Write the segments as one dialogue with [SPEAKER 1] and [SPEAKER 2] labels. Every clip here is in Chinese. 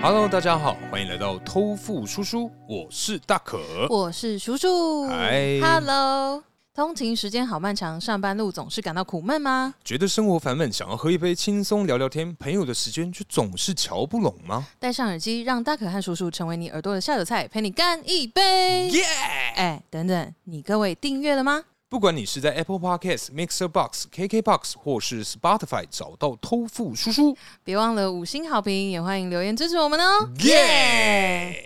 [SPEAKER 1] Hello，大家好，欢迎来到偷富叔叔，我是大可。哎
[SPEAKER 2] 我是叔叔。
[SPEAKER 1] 嗯
[SPEAKER 2] 嗯
[SPEAKER 1] 嗨
[SPEAKER 2] Hello。通勤时间好漫长，上班路总是感到苦闷吗？
[SPEAKER 1] 觉得生活烦闷，想要喝一杯轻松聊聊天，朋友的时间却总是瞧不拢吗？
[SPEAKER 2] 戴上耳机，让大可和叔叔成为你耳朵的下酒菜，陪你干一杯。
[SPEAKER 1] 耶、
[SPEAKER 2] 哎，等等，你各位订阅了吗？
[SPEAKER 1] 不管你是在 Apple Podcast、Mixer Box、KK Box 或是 Spotify 找到偷富叔叔，
[SPEAKER 2] 别忘了五星好评，也欢迎留言支持我们哦。
[SPEAKER 1] 耶！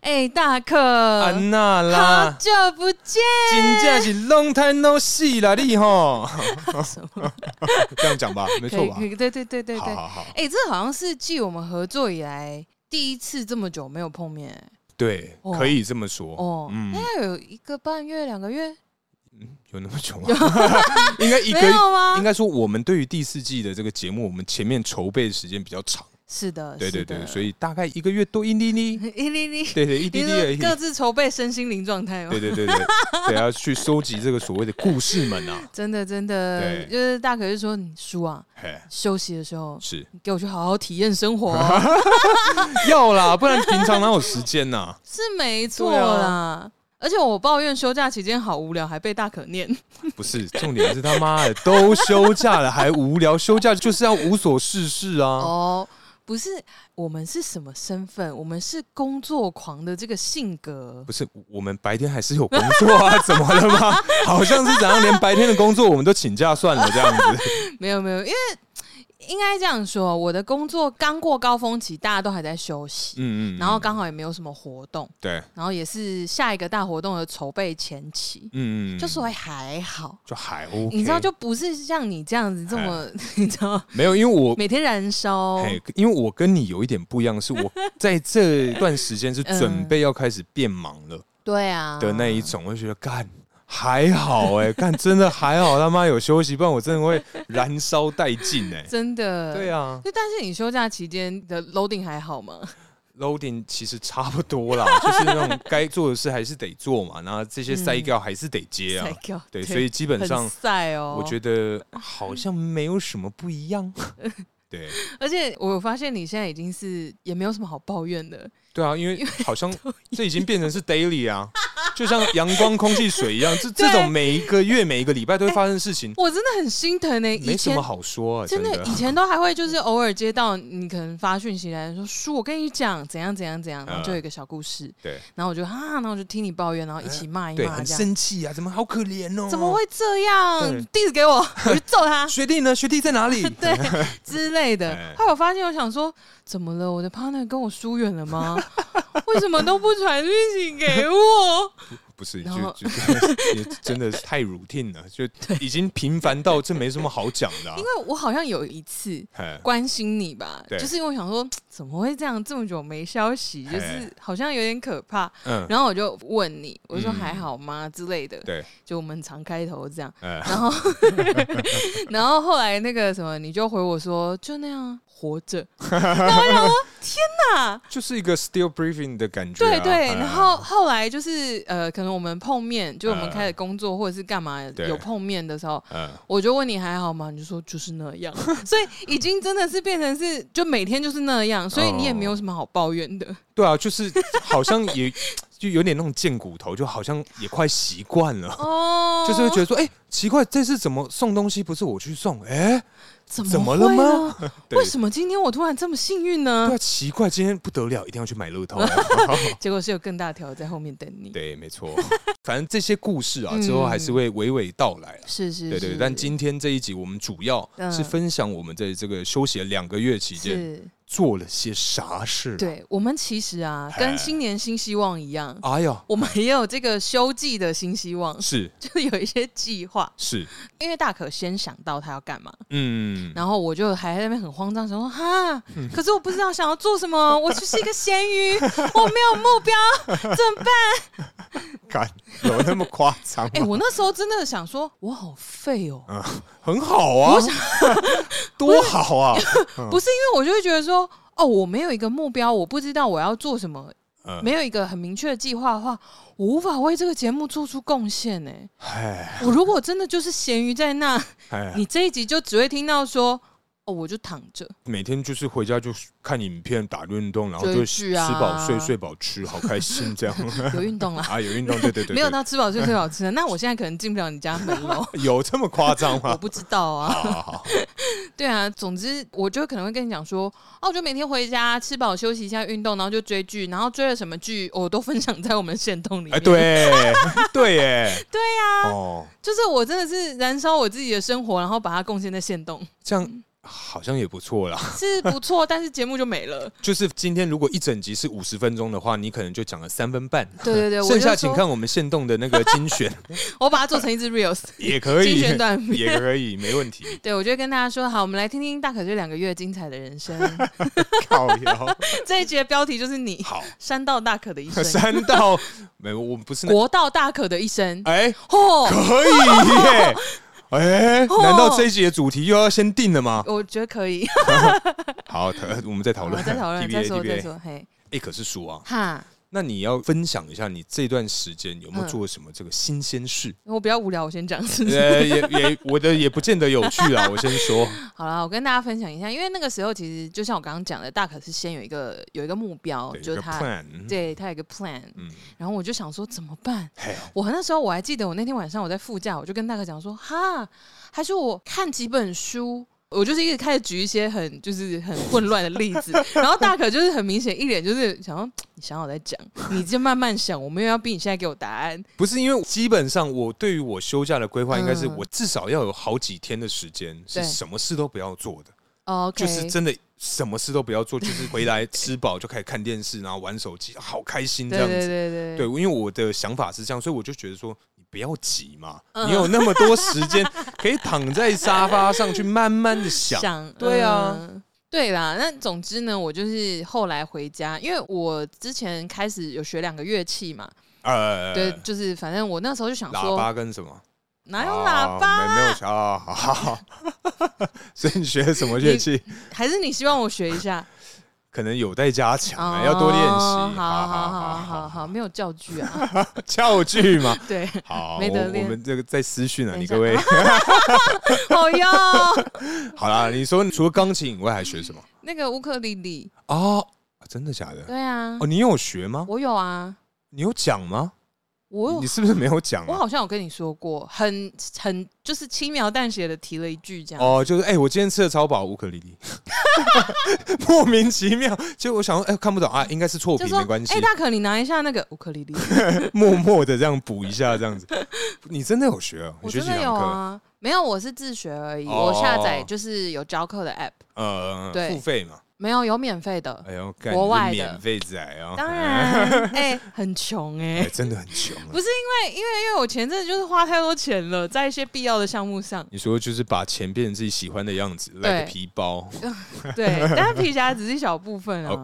[SPEAKER 2] 哎，大可，
[SPEAKER 1] 安娜
[SPEAKER 2] 好
[SPEAKER 1] 啦，
[SPEAKER 2] 久不见，
[SPEAKER 1] 真正是 long time no see 啦，你吼，
[SPEAKER 2] 什么？
[SPEAKER 1] 这样讲吧，没
[SPEAKER 2] 可
[SPEAKER 1] 错
[SPEAKER 2] 以，
[SPEAKER 1] 吧
[SPEAKER 2] 可？以，对对对对
[SPEAKER 1] 好
[SPEAKER 2] 对。
[SPEAKER 1] 好好，
[SPEAKER 2] 哎，这好像是继我们合作以来第一次这么久没有碰面
[SPEAKER 1] 对，
[SPEAKER 2] 哦
[SPEAKER 1] 可以这么说。
[SPEAKER 2] 哦，
[SPEAKER 1] 嗯
[SPEAKER 2] 大概有一个半月、两个月，
[SPEAKER 1] 有那么久吗？ 应该一个
[SPEAKER 2] 没有吗
[SPEAKER 1] 应？该说，我们对于第四季的这个节目，我们前面筹备的时间比较长，
[SPEAKER 2] 是的，
[SPEAKER 1] 对对
[SPEAKER 2] 呃是
[SPEAKER 1] 对，
[SPEAKER 2] 的
[SPEAKER 1] 所以大概一个月多一滴 滴，
[SPEAKER 2] 一粒粒，
[SPEAKER 1] 对对一滴
[SPEAKER 2] 你
[SPEAKER 1] 滴而已
[SPEAKER 2] 说，各自筹备身心灵状态吗
[SPEAKER 1] 对？对对 对，对要去收集这个所谓的故事们啊，
[SPEAKER 2] 真的真的
[SPEAKER 1] 对，
[SPEAKER 2] 就是大可就说你叔啊，
[SPEAKER 1] 嘿，
[SPEAKER 2] 休息的时候
[SPEAKER 1] 是
[SPEAKER 2] 你给我去好好体验生活 哦，
[SPEAKER 1] 要啦，不然平常哪有时间呐？
[SPEAKER 2] 是没错
[SPEAKER 1] 对啊
[SPEAKER 2] 啦。而且我抱怨休假期间好无聊，还被大可念。
[SPEAKER 1] 不是，重点是他妈的都休假了还无聊，休假就是要无所事事啊。
[SPEAKER 2] 哦，不是，我们是什么身份？我们是工作狂的这个性格
[SPEAKER 1] 不。是，我们白天还是有工作 啊，怎么了吗？好像是怎样，连白天的工作我们都请假算了这样子。
[SPEAKER 2] 没有没有，因为应该这样说，我的工作刚过高峰期，大家都还在休息，
[SPEAKER 1] 嗯嗯，嗯
[SPEAKER 2] 然后刚好也没有什么活动。
[SPEAKER 1] 对，
[SPEAKER 2] 然后也是下一个大活动的筹备前期，
[SPEAKER 1] 嗯，嗯
[SPEAKER 2] 就所以还好。
[SPEAKER 1] 就还 OK，
[SPEAKER 2] 你知道，就不是像你这样子这么， 你知道
[SPEAKER 1] 没有，因为我。
[SPEAKER 2] 每天燃烧。
[SPEAKER 1] 嘿，因为我跟你有一点不一样，是我在这段时间是
[SPEAKER 2] 嗯
[SPEAKER 1] 准备要开始变忙了
[SPEAKER 2] 对啊
[SPEAKER 1] 的那一种，我就觉得干 还好哎、干真的还好，他妈有休息，不然我真的会燃烧殆尽哎。
[SPEAKER 2] 真的。
[SPEAKER 1] 对
[SPEAKER 2] 啊。
[SPEAKER 1] 啊
[SPEAKER 2] 就但是你休假期间的 loading 还好吗？
[SPEAKER 1] ，loading 其实差不多啦， 就是那种该做的事还是得做嘛，然后这些塞掉还是得接 啊
[SPEAKER 2] 晒。掉
[SPEAKER 1] 对，所以基本上
[SPEAKER 2] 很晒哦。
[SPEAKER 1] 我觉得好像没有什么不一 样。对，
[SPEAKER 2] 得，而且我发现你现在已经是也没有什么好抱怨的，
[SPEAKER 1] 对啊，因为好像这已经变成是 daily 啊，就像阳光、空气、水一样， 这
[SPEAKER 2] 对
[SPEAKER 1] 这种每一个月、每一个礼拜都会发生的事情，
[SPEAKER 2] 我真的很心疼呢、欸哎以
[SPEAKER 1] 没什
[SPEAKER 2] 前
[SPEAKER 1] 么好说啊，
[SPEAKER 2] 真
[SPEAKER 1] 真
[SPEAKER 2] 的，以前都还会就是偶尔接到你可能发讯息来说叔，我跟你讲怎样怎样怎样，然后就有一个小故事，
[SPEAKER 1] 对
[SPEAKER 2] 然后我就啊，然后就听你抱怨，然后一起骂一
[SPEAKER 1] 对，
[SPEAKER 2] 骂
[SPEAKER 1] 很
[SPEAKER 2] 这样，
[SPEAKER 1] 生气啊，怎么好可怜哦？
[SPEAKER 2] 怎么？会这
[SPEAKER 1] 对
[SPEAKER 2] 样？地址 给我，我就揍他
[SPEAKER 1] 学弟呢？学弟在哪 里？
[SPEAKER 2] 对之类
[SPEAKER 1] 哎
[SPEAKER 2] 的。后来我发现，我想说，怎么了？我的 partner 跟我疏远了 吗？为什么都不传讯息 给我？
[SPEAKER 1] 不是，就
[SPEAKER 2] 然后
[SPEAKER 1] 就就 也真的是太 routine 了，就已经频繁到这没什么好讲的啊
[SPEAKER 2] 因。为我好像有一次。
[SPEAKER 1] 哎
[SPEAKER 2] 关心你吧，
[SPEAKER 1] 对
[SPEAKER 2] 就是因为我想说，怎么会这样？这么久没消息，就
[SPEAKER 1] 哎
[SPEAKER 2] 是好像有点可怕。
[SPEAKER 1] 嗯，
[SPEAKER 2] 然后我就问你，我就说
[SPEAKER 1] 嗯
[SPEAKER 2] 还好吗之类的，
[SPEAKER 1] 对，
[SPEAKER 2] 就我们常开头这样。
[SPEAKER 1] 呃，
[SPEAKER 2] 然后， 然后后来那个什么，你就回我说就那样啊活 着。然后我想说天哪，
[SPEAKER 1] 就是一个 still briefing 的感觉啊。
[SPEAKER 2] 对对。
[SPEAKER 1] 哎
[SPEAKER 2] 然后后来就是呃，可能我们碰面，就我们
[SPEAKER 1] 嗯
[SPEAKER 2] 开始工作或者是干嘛
[SPEAKER 1] 对
[SPEAKER 2] 有碰面的时候，
[SPEAKER 1] 呃，
[SPEAKER 2] 我就问你还好吗？你就说就是那样， 所以已经真的是变成是就每天就是那样，所以你也没
[SPEAKER 1] 哦
[SPEAKER 2] 有什么好抱怨的。
[SPEAKER 1] 对啊，就是好像也就有点那种贱骨头，就好像也快习惯了。
[SPEAKER 2] 哦，嗯
[SPEAKER 1] 就是会觉得说，哎、奇怪，这次怎么送东西不是我去送？哎、
[SPEAKER 2] 怎
[SPEAKER 1] 怎么
[SPEAKER 2] 么
[SPEAKER 1] 了
[SPEAKER 2] 会呢？
[SPEAKER 1] 对
[SPEAKER 2] 为什么今天我突然这么幸运呢
[SPEAKER 1] 对啊，？奇怪，今天不得了，一定要去买乐透。啊
[SPEAKER 2] 结果是有更大条在后面等你。
[SPEAKER 1] 对，没 错。反正这些故事啊，之后还是会娓娓道来啊。
[SPEAKER 2] 是嗯是是，
[SPEAKER 1] 对对，但今天这一集我们主要
[SPEAKER 2] 嗯
[SPEAKER 1] 是分享我们在这个休息的两个月期间
[SPEAKER 2] 是
[SPEAKER 1] 做了些啥事。，啊
[SPEAKER 2] 对我们其实啊，跟新年新希望一样，
[SPEAKER 1] 哎呀，
[SPEAKER 2] 我们也有这个休季的新希望，
[SPEAKER 1] 是
[SPEAKER 2] 就是有一些计划。
[SPEAKER 1] 是，
[SPEAKER 2] 因为大可先想到他要干嘛，
[SPEAKER 1] 嗯，
[SPEAKER 2] 然后我就还在那边很慌张，想说哈，可是我不知道想要做什 么，我就是一个咸鱼，我没有目标，怎么办？
[SPEAKER 1] 敢有那么夸张
[SPEAKER 2] 哎、
[SPEAKER 1] 吗？
[SPEAKER 2] 我那时候真的想说，我好废哦，
[SPEAKER 1] 很好啊， 多好啊！
[SPEAKER 2] 不是因为我就会觉得说，哦，我没有一个目标，我不知道我要做什么，
[SPEAKER 1] 嗯
[SPEAKER 2] 没有一个很明确的计划的话，我无法为这个节目做出贡献呢。
[SPEAKER 1] 哎
[SPEAKER 2] 我如果真的就是咸鱼在那，
[SPEAKER 1] 哎，
[SPEAKER 2] 你这一集就只会听到说，哦，我就躺着，
[SPEAKER 1] 每天就是回家就看影片、打运动，然后就
[SPEAKER 2] 追
[SPEAKER 1] 吃
[SPEAKER 2] 剧啊
[SPEAKER 1] 饱睡、睡饱吃， 好开心这样。
[SPEAKER 2] 有运动啦，
[SPEAKER 1] 啊，有运动，对对对对，
[SPEAKER 2] 没有到吃饱 睡睡饱吃啊的。那我现在可能进不了你家门喽，
[SPEAKER 1] 有这么夸张
[SPEAKER 2] 我
[SPEAKER 1] 吗？
[SPEAKER 2] 不知道啊。
[SPEAKER 1] 好好好，
[SPEAKER 2] 对啊，总之我就可能会跟你讲说，哦、我就每天回家吃饱休息一下，运动，然后就追剧，然后追了什么剧，我都分享在我们的线动里面。
[SPEAKER 1] 哎，对对耶，
[SPEAKER 2] 对呀、
[SPEAKER 1] 哦，
[SPEAKER 2] 就是我真的是燃烧我自己的生活，然后把它贡献在线 动，
[SPEAKER 1] 这样好像也不错啦。
[SPEAKER 2] 是不错，但是节目就没了。
[SPEAKER 1] 就是今天如果一整集是五十分钟的话，你可能就讲了三分半，
[SPEAKER 2] 对对对，我
[SPEAKER 1] 剩
[SPEAKER 2] 就
[SPEAKER 1] 下
[SPEAKER 2] 说
[SPEAKER 1] 请看我们现动的那个精选
[SPEAKER 2] 我把它做成一支 reels。
[SPEAKER 1] 也可以
[SPEAKER 2] 精选短，片
[SPEAKER 1] 也可以，没问题。
[SPEAKER 2] 对，我就跟大家说，好，我们来听听大可这两个月精彩的 人生。
[SPEAKER 1] 靠腰，
[SPEAKER 2] 这一集的标题就是你
[SPEAKER 1] 好，
[SPEAKER 2] 山道大可的一生，
[SPEAKER 1] 三到没，我不是那
[SPEAKER 2] 国道大可的一生。
[SPEAKER 1] 哎，
[SPEAKER 2] 哦，
[SPEAKER 1] 可以 耶。哎，
[SPEAKER 2] 哦
[SPEAKER 1] 难道这一集的主题又要先定了吗？
[SPEAKER 2] 我觉得可以。
[SPEAKER 1] 好， 的，我们再讨
[SPEAKER 2] 好
[SPEAKER 1] 论，
[SPEAKER 2] 再讨论，
[SPEAKER 1] TBA
[SPEAKER 2] 再说，再
[SPEAKER 1] TBA
[SPEAKER 2] 说。嘿，
[SPEAKER 1] 哎，可是叔啊，
[SPEAKER 2] 哈，
[SPEAKER 1] 那你要分享一下你这段时间有没有
[SPEAKER 2] 嗯
[SPEAKER 1] 做什么这个新鲜 事？
[SPEAKER 2] 我比较无聊，我先讲。是不是
[SPEAKER 1] 呃，也也我的也不见得有趣 啊。我先说，
[SPEAKER 2] 好啦，我跟大家分享一下，因为那个时候其实就像我刚刚讲的，大可是先有一个有一个目标，
[SPEAKER 1] 对，
[SPEAKER 2] 就
[SPEAKER 1] 有
[SPEAKER 2] 是
[SPEAKER 1] 个
[SPEAKER 2] 他
[SPEAKER 1] plan，，
[SPEAKER 2] 对他有一个 plan，
[SPEAKER 1] 嗯，
[SPEAKER 2] 然后我就想说怎么办？
[SPEAKER 1] 嘿，
[SPEAKER 2] 我那时候我还记得，我那天晚上我在副驾，我就跟大哥讲说，哈，还是我看几本书。我就是一直开始举一些很就是很混乱的例子，然后大可就是很明显一脸就是想要你想好再讲，你就慢慢想，我没有要逼你现在给我答案。
[SPEAKER 1] 不是因为基本上我对于我休假的规划，应该是
[SPEAKER 2] 嗯
[SPEAKER 1] 我至少要有好几天的时间是
[SPEAKER 2] 对
[SPEAKER 1] 什么事都不要做的，
[SPEAKER 2] OK，
[SPEAKER 1] 就是真的什么事都不要做，就是回来吃饱就开始看电视，然后玩手机，啊好开心这
[SPEAKER 2] 对
[SPEAKER 1] 样
[SPEAKER 2] 对
[SPEAKER 1] 子。
[SPEAKER 2] 对对
[SPEAKER 1] 对，因为我的想法是这样，所以我就觉得说，你不要急嘛，
[SPEAKER 2] 嗯
[SPEAKER 1] 你有那么多时间可以躺在沙发上去慢慢的想。
[SPEAKER 2] 想
[SPEAKER 1] 对啊
[SPEAKER 2] 嗯对啦。那总之呢，我就是后来回家，因为我之前开始有学两个乐器嘛，
[SPEAKER 1] 呃，
[SPEAKER 2] 对，就是反正我那时候就想
[SPEAKER 1] 喇
[SPEAKER 2] 说，
[SPEAKER 1] 叭跟什么？
[SPEAKER 2] 哪有喇叭？
[SPEAKER 1] 哦没没有想啊，好好好。所以你学的什么乐器？
[SPEAKER 2] 还是你希望我学一下？
[SPEAKER 1] 可能有待加强、啊
[SPEAKER 2] 哦
[SPEAKER 1] 要多练
[SPEAKER 2] 好
[SPEAKER 1] 习。
[SPEAKER 2] 好好好好，没有教具啊。
[SPEAKER 1] 教具 嘛。
[SPEAKER 2] 对，
[SPEAKER 1] 好，
[SPEAKER 2] 没得
[SPEAKER 1] 我
[SPEAKER 2] 练
[SPEAKER 1] 我们这个在私讯啊，
[SPEAKER 2] 等
[SPEAKER 1] 你
[SPEAKER 2] 一下
[SPEAKER 1] 各 位。
[SPEAKER 2] 好哟，
[SPEAKER 1] 好啦，你说除了钢琴以外还学什么？
[SPEAKER 2] 那个乌克丽丽，
[SPEAKER 1] 哦，真的假的？
[SPEAKER 2] 对啊
[SPEAKER 1] 哦，，你有学吗？
[SPEAKER 2] 我有啊，
[SPEAKER 1] 你有讲吗？
[SPEAKER 2] 我有
[SPEAKER 1] 你是不是没有讲
[SPEAKER 2] 我
[SPEAKER 1] 啊？
[SPEAKER 2] 好像有跟你说过，很很就是轻描淡写的提了一句这样。
[SPEAKER 1] 哦，就是哎、我今天吃了超饱乌克丽 丽，莫名其妙。就我想说，哎、看不懂啊，应该是错
[SPEAKER 2] 就
[SPEAKER 1] 评，
[SPEAKER 2] 说
[SPEAKER 1] 没关，系
[SPEAKER 2] 哎、。大可，你拿一下那个乌克丽丽，
[SPEAKER 1] 默默的这样补一下，这 样子。你真的有学啊？
[SPEAKER 2] 我
[SPEAKER 1] 你学
[SPEAKER 2] 真
[SPEAKER 1] 几
[SPEAKER 2] 的有
[SPEAKER 1] 堂课？
[SPEAKER 2] 啊，没有，我是自学而已，
[SPEAKER 1] 哦
[SPEAKER 2] 我下载就是有教课的 app，
[SPEAKER 1] 呃，
[SPEAKER 2] 对
[SPEAKER 1] 付费嘛。
[SPEAKER 2] 没有有免费的，
[SPEAKER 1] 哎呦，干
[SPEAKER 2] 国
[SPEAKER 1] 你是
[SPEAKER 2] 外的
[SPEAKER 1] 免费仔啊！
[SPEAKER 2] 当然，哎、很穷哎、
[SPEAKER 1] 哎，真的很穷啊。
[SPEAKER 2] 不是因为，因为因为我前阵子就是花太多钱了，在一些必要的项
[SPEAKER 1] 。
[SPEAKER 2] 目上
[SPEAKER 1] 你说就是把钱变成自己喜欢的样子，来个皮包
[SPEAKER 2] 对，但是皮夹只是一小部分啊，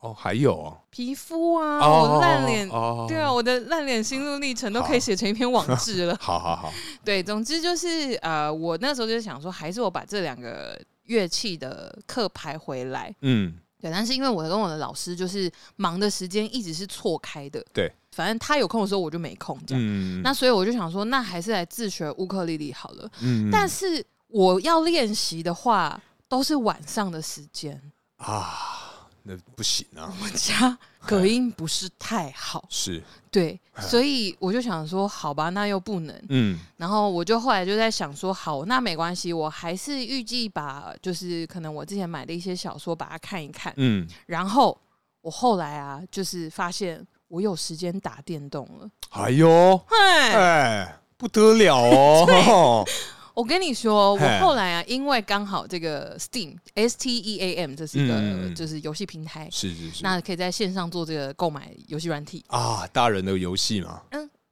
[SPEAKER 1] 哦，还有哦，
[SPEAKER 2] 皮肤啊，
[SPEAKER 1] 哦
[SPEAKER 2] 我的烂脸，
[SPEAKER 1] 哦。
[SPEAKER 2] 对啊，，我的烂脸心路历程都可以写成一篇往志 了
[SPEAKER 1] 好好好，
[SPEAKER 2] 对，总之就是呃，我那时候就是想说，还是我把这两个乐器的课排回来。
[SPEAKER 1] 嗯，
[SPEAKER 2] 对，但是因为我跟我的老师就是忙的时间一直是错开的，
[SPEAKER 1] 对，
[SPEAKER 2] 反正他有空的时候我就没空这样。
[SPEAKER 1] 嗯，
[SPEAKER 2] 那所以我就想说，那还是来自学乌克丽丽好了。
[SPEAKER 1] 嗯
[SPEAKER 2] 但是我要练习的话，都是晚上的时间，
[SPEAKER 1] 啊，那不行啊，
[SPEAKER 2] 我家隔音不是 太好，
[SPEAKER 1] 是，
[SPEAKER 2] 对，所以我就想说，好吧，那又不能。
[SPEAKER 1] 嗯，
[SPEAKER 2] 然后我就后来就在想说，好，那没关系，我还是预计把就是可能我之前买的一些小说把它看一看。
[SPEAKER 1] 嗯，
[SPEAKER 2] 然后我后来啊，就是发现我有时间打电动了。
[SPEAKER 1] 哎呦，
[SPEAKER 2] 哎，
[SPEAKER 1] 哎，不得了 哦，
[SPEAKER 2] 我跟你说，
[SPEAKER 1] 嘿
[SPEAKER 2] 我后来啊，因为刚好这个 Steam S T E A M 这是一
[SPEAKER 1] 嗯嗯
[SPEAKER 2] 个
[SPEAKER 1] 嗯
[SPEAKER 2] 就是游戏平台，
[SPEAKER 1] 是是是，
[SPEAKER 2] 那可以在线上做这个购买游戏软体，
[SPEAKER 1] 啊，大人的游戏嘛，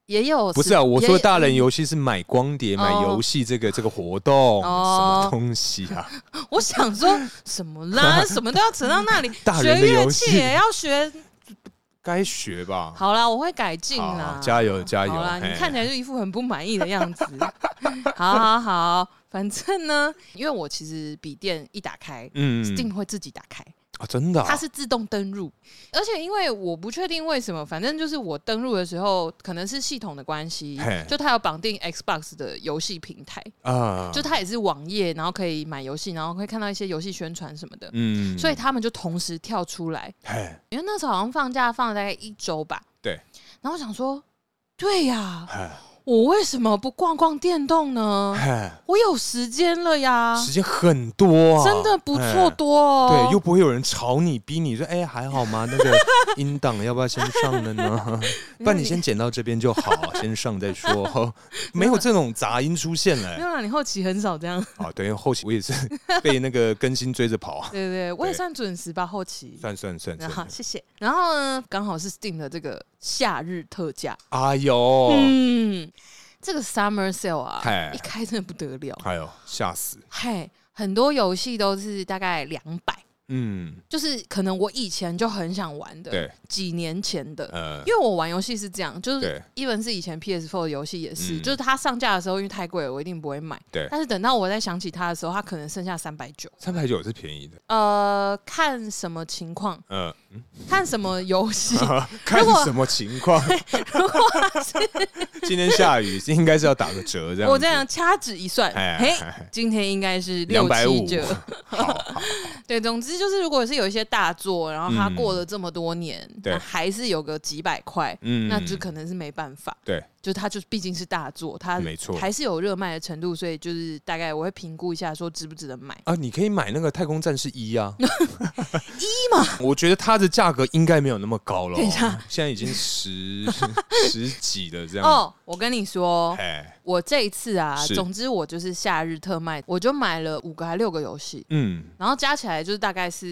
[SPEAKER 2] 也有
[SPEAKER 1] 不是啊，我
[SPEAKER 2] 哦也
[SPEAKER 1] 说
[SPEAKER 2] 有
[SPEAKER 1] 大人游戏是买光碟、买
[SPEAKER 2] 哦
[SPEAKER 1] 游戏这个这个活动，什
[SPEAKER 2] 哦
[SPEAKER 1] 么东西啊？
[SPEAKER 2] 我想说什么 啦，什么都要扯到那里
[SPEAKER 1] 大，
[SPEAKER 2] 学
[SPEAKER 1] 人的
[SPEAKER 2] 乐
[SPEAKER 1] 游
[SPEAKER 2] 器
[SPEAKER 1] 戏
[SPEAKER 2] 也要学。
[SPEAKER 1] 该学吧，
[SPEAKER 2] 好啦，我会改进
[SPEAKER 1] 好好
[SPEAKER 2] 啦，
[SPEAKER 1] 加油加油！
[SPEAKER 2] 好啦，你
[SPEAKER 1] 嘿
[SPEAKER 2] 看起来就一副很不满意的样子。 好好好，反正呢，因为我其实笔电一打开、
[SPEAKER 1] 嗯
[SPEAKER 2] s t e a m 会自己打开，
[SPEAKER 1] 啊，真的啊，
[SPEAKER 2] 它是自动登入，而且因为我不确定为什么，反正就是我登入的时候，可能是系统的关系
[SPEAKER 1] 嘿，
[SPEAKER 2] 就它有绑定 Xbox 的游戏平台，
[SPEAKER 1] 啊，
[SPEAKER 2] 就它也是网页，然后可以买游戏，然后会看到一些游戏宣传什么的，
[SPEAKER 1] 嗯
[SPEAKER 2] 所以他们就同时跳出来，
[SPEAKER 1] 嘿
[SPEAKER 2] 因为那时候好像放假放了大概一周吧。
[SPEAKER 1] 对。
[SPEAKER 2] 然后我想说，对呀，
[SPEAKER 1] 嘿
[SPEAKER 2] 我为什么不逛逛电动呢？
[SPEAKER 1] 嘿，
[SPEAKER 2] 我有时间了呀，
[SPEAKER 1] 时间很多啊，
[SPEAKER 2] 真的不错
[SPEAKER 1] 嘿。
[SPEAKER 2] 多哦。
[SPEAKER 1] 哎对，又不会有人吵你、逼你说，哎、还好吗？那 个音档要不要先上了呢？不然你先剪到这边就好，先上再 说。没有这种杂音出现
[SPEAKER 2] 没
[SPEAKER 1] 嘞。
[SPEAKER 2] 有啦，你后期很少这样。
[SPEAKER 1] 啊，等于后期我也是被那个更新追着跑啊。
[SPEAKER 2] 对对对，我也
[SPEAKER 1] 对
[SPEAKER 2] 算准时吧，后期。
[SPEAKER 1] 算算算
[SPEAKER 2] 然后
[SPEAKER 1] 算，
[SPEAKER 2] 谢谢。然后呢，刚好是 Steam 的这个夏日特价，
[SPEAKER 1] 哎呦，
[SPEAKER 2] 嗯，这个 Summer Sale 啊
[SPEAKER 1] 嗨，
[SPEAKER 2] 一开真的不得了，
[SPEAKER 1] 哎呦，吓死！
[SPEAKER 2] 嘿，很多游戏都是大概两百，
[SPEAKER 1] 嗯，
[SPEAKER 2] 就是可能我以前就很想玩的，
[SPEAKER 1] 对，
[SPEAKER 2] 几年前的，
[SPEAKER 1] 呃
[SPEAKER 2] 因，为我玩游戏是这样，就是
[SPEAKER 1] 对
[SPEAKER 2] even 是以前 PS4 的游戏也是，
[SPEAKER 1] 嗯
[SPEAKER 2] 就是它上架的时候因为太贵了，我一定不会买。
[SPEAKER 1] 对
[SPEAKER 2] 但是等到我再想起它的时候，它可能剩下三百九。
[SPEAKER 1] 三百九是便宜的，
[SPEAKER 2] 呃，看什么情况，
[SPEAKER 1] 呃，
[SPEAKER 2] 看什么游戏。
[SPEAKER 1] 看
[SPEAKER 2] 如果
[SPEAKER 1] 什么情况。
[SPEAKER 2] 如果
[SPEAKER 1] 今天下雨，应该是要打个折 这样。
[SPEAKER 2] 我这，样掐指一算，
[SPEAKER 1] 哎
[SPEAKER 2] 嘿
[SPEAKER 1] 哎，
[SPEAKER 2] 今天应该是六七
[SPEAKER 1] 250
[SPEAKER 2] 折。
[SPEAKER 1] 好好，
[SPEAKER 2] 对，总之就是，如果是有一些大作，然后它
[SPEAKER 1] 嗯
[SPEAKER 2] 过了这么多年，
[SPEAKER 1] 对
[SPEAKER 2] 那还是有个几百块，
[SPEAKER 1] 嗯
[SPEAKER 2] 那就可能是没办法。
[SPEAKER 1] 对，
[SPEAKER 2] 就它就毕竟是大作，它
[SPEAKER 1] 没错
[SPEAKER 2] 还是有热卖的程度，所以就是大概我会评估一下，说值不值得买。
[SPEAKER 1] 啊，你可以买那个太空战士一 啊，一嘛，我觉得它的价格应该没有那么高了哦，
[SPEAKER 2] 等一下
[SPEAKER 1] 现在已经十十几了这样。
[SPEAKER 2] 哦，我跟你说，
[SPEAKER 1] 哎，
[SPEAKER 2] 我这一次啊，
[SPEAKER 1] 嗯是
[SPEAKER 2] 总之我就是夏日特卖，我就买了五个还六个游戏，
[SPEAKER 1] 嗯，
[SPEAKER 2] 然后加起来就是大概是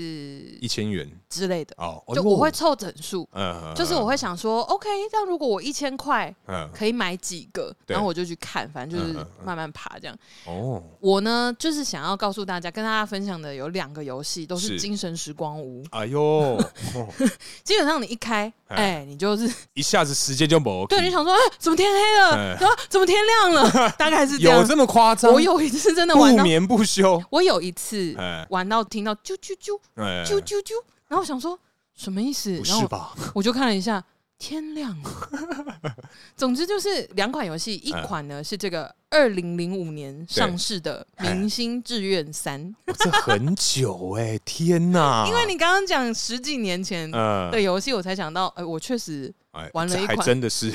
[SPEAKER 1] 一千元
[SPEAKER 2] 之类的，
[SPEAKER 1] 哦，
[SPEAKER 2] 就
[SPEAKER 1] 哎呦
[SPEAKER 2] 我会，凑整数，
[SPEAKER 1] 呃
[SPEAKER 2] 就是我，会想说，OK，那如果我一千块
[SPEAKER 1] 嗯，
[SPEAKER 2] 可以买几个，
[SPEAKER 1] 对
[SPEAKER 2] 然后我就去看，反正
[SPEAKER 1] 嗯
[SPEAKER 2] 就是
[SPEAKER 1] 嗯嗯
[SPEAKER 2] 慢慢爬这样。
[SPEAKER 1] 哦，
[SPEAKER 2] 我呢，就是想要告诉大家，跟大家分享的有两个游戏都是
[SPEAKER 1] 是
[SPEAKER 2] 《精神时光屋》，
[SPEAKER 1] 哎呦， 哦
[SPEAKER 2] 基本上你一开，
[SPEAKER 1] 哎
[SPEAKER 2] 哎、你就是
[SPEAKER 1] 一下子时间就没了，
[SPEAKER 2] 对，你想说，哎、怎么天黑了？
[SPEAKER 1] 哎
[SPEAKER 2] 然后怎么天亮 了？大概是这
[SPEAKER 1] 有
[SPEAKER 2] 样。
[SPEAKER 1] 这么夸张？
[SPEAKER 2] 我有一次真的玩
[SPEAKER 1] 不
[SPEAKER 2] 到，
[SPEAKER 1] 眠不休，
[SPEAKER 2] 我有一次
[SPEAKER 1] 哎
[SPEAKER 2] 玩到听到啾啾啾
[SPEAKER 1] 哎
[SPEAKER 2] 啾啾啾，然后我想说什么意思？
[SPEAKER 1] 不
[SPEAKER 2] 然后
[SPEAKER 1] 是
[SPEAKER 2] 我
[SPEAKER 1] 吧？
[SPEAKER 2] 我就看了一下，天亮了。 总之就是两款游戏，一
[SPEAKER 1] 哎
[SPEAKER 2] 款呢是这个二零零五年上市的《
[SPEAKER 1] 哎
[SPEAKER 2] 明星志愿三》，
[SPEAKER 1] 我这很久哎、天哪！
[SPEAKER 2] 因为你刚刚讲十几年前
[SPEAKER 1] 呃
[SPEAKER 2] 的游戏，我才想到，哎、我确 实
[SPEAKER 1] 哎
[SPEAKER 2] 玩了
[SPEAKER 1] 这
[SPEAKER 2] 一
[SPEAKER 1] 还
[SPEAKER 2] 款
[SPEAKER 1] 真的是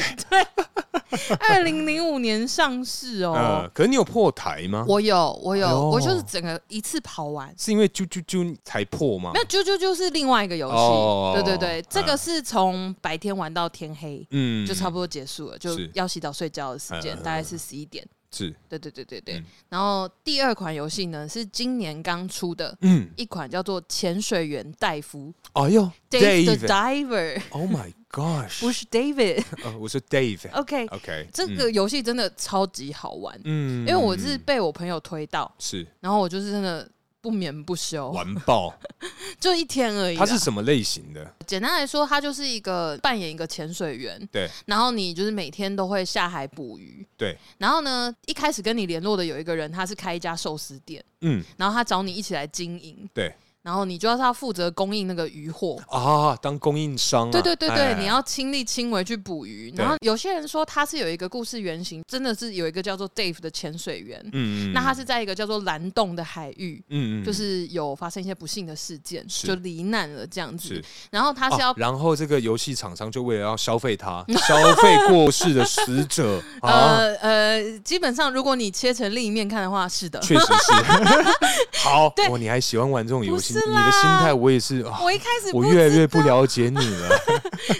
[SPEAKER 2] 二零零五年上市哦。
[SPEAKER 1] 呃，可是你有破台吗？
[SPEAKER 2] 我有，我有，
[SPEAKER 1] 哎呦
[SPEAKER 2] 我就是整个一次跑完。
[SPEAKER 1] 是因为啾啾啾才破吗
[SPEAKER 2] 没？有，啾啾啾是另外一个游戏，
[SPEAKER 1] 哦
[SPEAKER 2] 对对对，这个
[SPEAKER 1] 嗯
[SPEAKER 2] 是从白天玩到天黑，
[SPEAKER 1] 嗯
[SPEAKER 2] 就差不
[SPEAKER 1] 多
[SPEAKER 2] 多结束了，就是要洗澡睡觉的时间，
[SPEAKER 1] 嗯嗯嗯
[SPEAKER 2] 大概是十一点。
[SPEAKER 1] 是
[SPEAKER 2] 对对对对对。
[SPEAKER 1] 嗯
[SPEAKER 2] 然后第二款游戏呢是今年刚出的
[SPEAKER 1] 嗯，
[SPEAKER 2] 一款叫做《潜水员戴夫
[SPEAKER 1] 哎呦
[SPEAKER 2] Dave the Diver，
[SPEAKER 1] Oh my gosh！
[SPEAKER 2] 不是 David。
[SPEAKER 1] 呃，我是 Dave。
[SPEAKER 2] OK，
[SPEAKER 1] OK，
[SPEAKER 2] 这
[SPEAKER 1] 嗯
[SPEAKER 2] 个游戏真的超级好玩，
[SPEAKER 1] 嗯，
[SPEAKER 2] 因为我是被我朋友推到，
[SPEAKER 1] 是
[SPEAKER 2] 然后我就是真的不眠不休，
[SPEAKER 1] 完爆，
[SPEAKER 2] 就一天而已啦。
[SPEAKER 1] 它是什么类型的？
[SPEAKER 2] 简单来说，它就是一个扮演一个潜水员，
[SPEAKER 1] 对
[SPEAKER 2] 然后你就是每天都会下海捕鱼。
[SPEAKER 1] 对，
[SPEAKER 2] 然后呢，一开始跟你联络的有一个人，他是开一家寿司店，
[SPEAKER 1] 嗯，
[SPEAKER 2] 然后他找你一起来经营。
[SPEAKER 1] 对，
[SPEAKER 2] 然后你就要是要负责供应那个 渔获。
[SPEAKER 1] 啊，当供应商啊、
[SPEAKER 2] 对对对对，
[SPEAKER 1] 哎
[SPEAKER 2] 你要亲力亲为去捕鱼。
[SPEAKER 1] 对
[SPEAKER 2] 然后有些人说他是有一个故事原型，真的是有一个叫做 Dave 的潜水员，
[SPEAKER 1] 嗯，嗯
[SPEAKER 2] 那他是在一个叫做蓝洞的海域，
[SPEAKER 1] 嗯嗯，
[SPEAKER 2] 就是有发生一些不幸的事件，
[SPEAKER 1] 是
[SPEAKER 2] 就罹难了这样子
[SPEAKER 1] 是。
[SPEAKER 2] 然后他是
[SPEAKER 1] 啊
[SPEAKER 2] 要、
[SPEAKER 1] 然后这个游戏厂商就为了要消费 他，消费过世的死者啊，
[SPEAKER 2] 呃呃，基本上如果你切成另一面看的话，是的。
[SPEAKER 1] 确实 是。好
[SPEAKER 2] 对，
[SPEAKER 1] 哦，你还喜欢玩这种游戏，
[SPEAKER 2] 不是
[SPEAKER 1] 你
[SPEAKER 2] 啦
[SPEAKER 1] 的心态我也是，啊
[SPEAKER 2] 我一开始
[SPEAKER 1] 我
[SPEAKER 2] 不
[SPEAKER 1] 越来
[SPEAKER 2] 知
[SPEAKER 1] 越不
[SPEAKER 2] 道
[SPEAKER 1] 了解你了。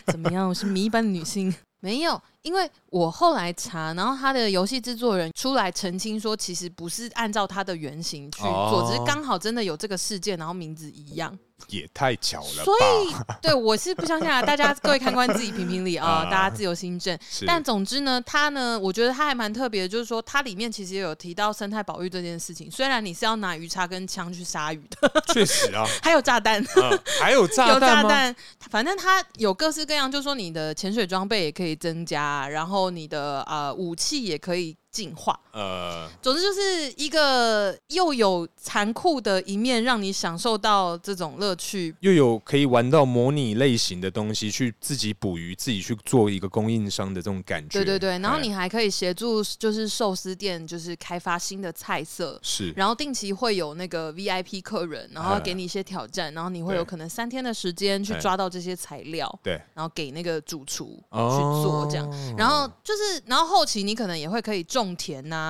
[SPEAKER 2] 怎么样？我是迷一般的女性。 没有，因为我后来查，然后他的游戏制作人出来澄清说，其实不是按照他的原型去做，
[SPEAKER 1] 哦
[SPEAKER 2] 只是刚好真的有这个事件，然后名字一样。
[SPEAKER 1] 也太巧哦了吧，
[SPEAKER 2] 所以， 对我是不相信啊，大家各位看官自己评评 理啊，
[SPEAKER 1] 啊
[SPEAKER 2] 大家自由心证。
[SPEAKER 1] 是
[SPEAKER 2] 但总之呢，它呢，我觉得它还蛮特别的，就是说它里面其实也有提到生态保育这件事情。虽然你是要拿鱼叉跟枪去杀鱼的，
[SPEAKER 1] 确实啊，
[SPEAKER 2] 还有炸弹，
[SPEAKER 1] 嗯还有炸
[SPEAKER 2] 有炸
[SPEAKER 1] 弹吗？
[SPEAKER 2] 弹，反正它有各式各样，就是说你的潜水装备也可以增加，然后你的呃武器也可以进化。
[SPEAKER 1] 呃，
[SPEAKER 2] 总之就是一个又有残酷的一面，让你享受到这种乐趣。
[SPEAKER 1] 又有可以玩到模拟类型的东西，去自己捕鱼，自己去做一个供应商的这种感觉。
[SPEAKER 2] 对对对，然后
[SPEAKER 1] 哎
[SPEAKER 2] 你还可以协助就是寿司店，就是开发新的菜色。
[SPEAKER 1] 是
[SPEAKER 2] 然后定期会有那个 VIP 客人，然后给你一些挑战，然后你会
[SPEAKER 1] 对
[SPEAKER 2] 有可能三天的时间去
[SPEAKER 1] 哎
[SPEAKER 2] 抓到这些材料，
[SPEAKER 1] 对
[SPEAKER 2] 然后给那个主厨去
[SPEAKER 1] 哦
[SPEAKER 2] 做这样。然后就是，然后后期你可能也会可以种田呐、
[SPEAKER 1] 哎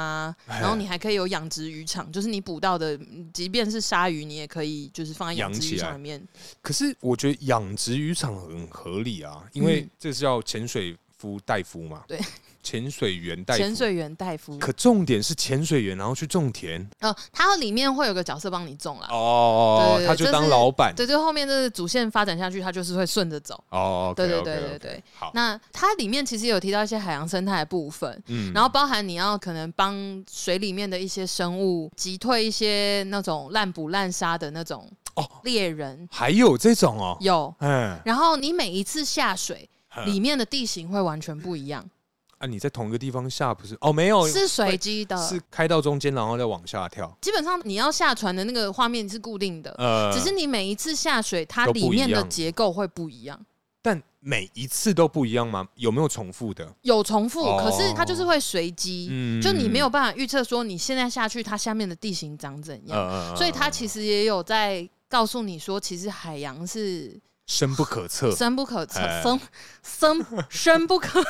[SPEAKER 2] 然后你还可以有养殖渔场，就是你捕到的，嗯即便是鲨鱼，你也可以就是放在养
[SPEAKER 1] 养
[SPEAKER 2] 殖
[SPEAKER 1] 起
[SPEAKER 2] 渔场
[SPEAKER 1] 来
[SPEAKER 2] 里面。
[SPEAKER 1] 可是我觉得养殖渔场很合理啊，因为
[SPEAKER 2] 嗯
[SPEAKER 1] 这是叫潜水夫大夫嘛，
[SPEAKER 2] 对，
[SPEAKER 1] 潜水员大夫。
[SPEAKER 2] 潜水员戴夫，
[SPEAKER 1] 可重点是潜水员，然后去种田
[SPEAKER 2] 呃，它里面会有个角色帮你种啦。
[SPEAKER 1] 哦
[SPEAKER 2] 对，对
[SPEAKER 1] 他就
[SPEAKER 2] 这
[SPEAKER 1] 当
[SPEAKER 2] 是
[SPEAKER 1] 老板
[SPEAKER 2] 对，就后面就是主线发展下去，它就是会顺着走。
[SPEAKER 1] 哦，
[SPEAKER 2] 对对
[SPEAKER 1] OK，OK，
[SPEAKER 2] 对
[SPEAKER 1] OK，
[SPEAKER 2] 对对。
[SPEAKER 1] 好，
[SPEAKER 2] 那它里面其实有提到一些海洋生态的部分，
[SPEAKER 1] 嗯
[SPEAKER 2] 然后包含你要可能帮水里面的一些生物击退一些那种滥捕滥杀的那种
[SPEAKER 1] 哦
[SPEAKER 2] 猎人，
[SPEAKER 1] 还有这种哦，
[SPEAKER 2] 有。
[SPEAKER 1] 嗯，
[SPEAKER 2] 然后你每一次下水，
[SPEAKER 1] 嗯
[SPEAKER 2] 里面的地形会完全不一样，
[SPEAKER 1] 啊，你在同一个地方下不是？哦，没有，
[SPEAKER 2] 是随机的。
[SPEAKER 1] 是开到中间，然后再往下跳。
[SPEAKER 2] 基本上你要下船的那个画面是固定的，
[SPEAKER 1] 呃，
[SPEAKER 2] 只是你每一次下水，它
[SPEAKER 1] 都不一
[SPEAKER 2] 里
[SPEAKER 1] 样
[SPEAKER 2] 面的结构会不一样。
[SPEAKER 1] 但每一次都不一样吗？有没有重复的？
[SPEAKER 2] 有重复，
[SPEAKER 1] 哦
[SPEAKER 2] 可是它就是会随机，
[SPEAKER 1] 嗯
[SPEAKER 2] 就你没有办法预测说你现在下去它下面的地形长怎样。
[SPEAKER 1] 呃
[SPEAKER 2] 所以它其实也有在告诉你说，其实海洋是
[SPEAKER 1] 深不可测，
[SPEAKER 2] 深不可测、
[SPEAKER 1] 哎
[SPEAKER 2] 生生深不可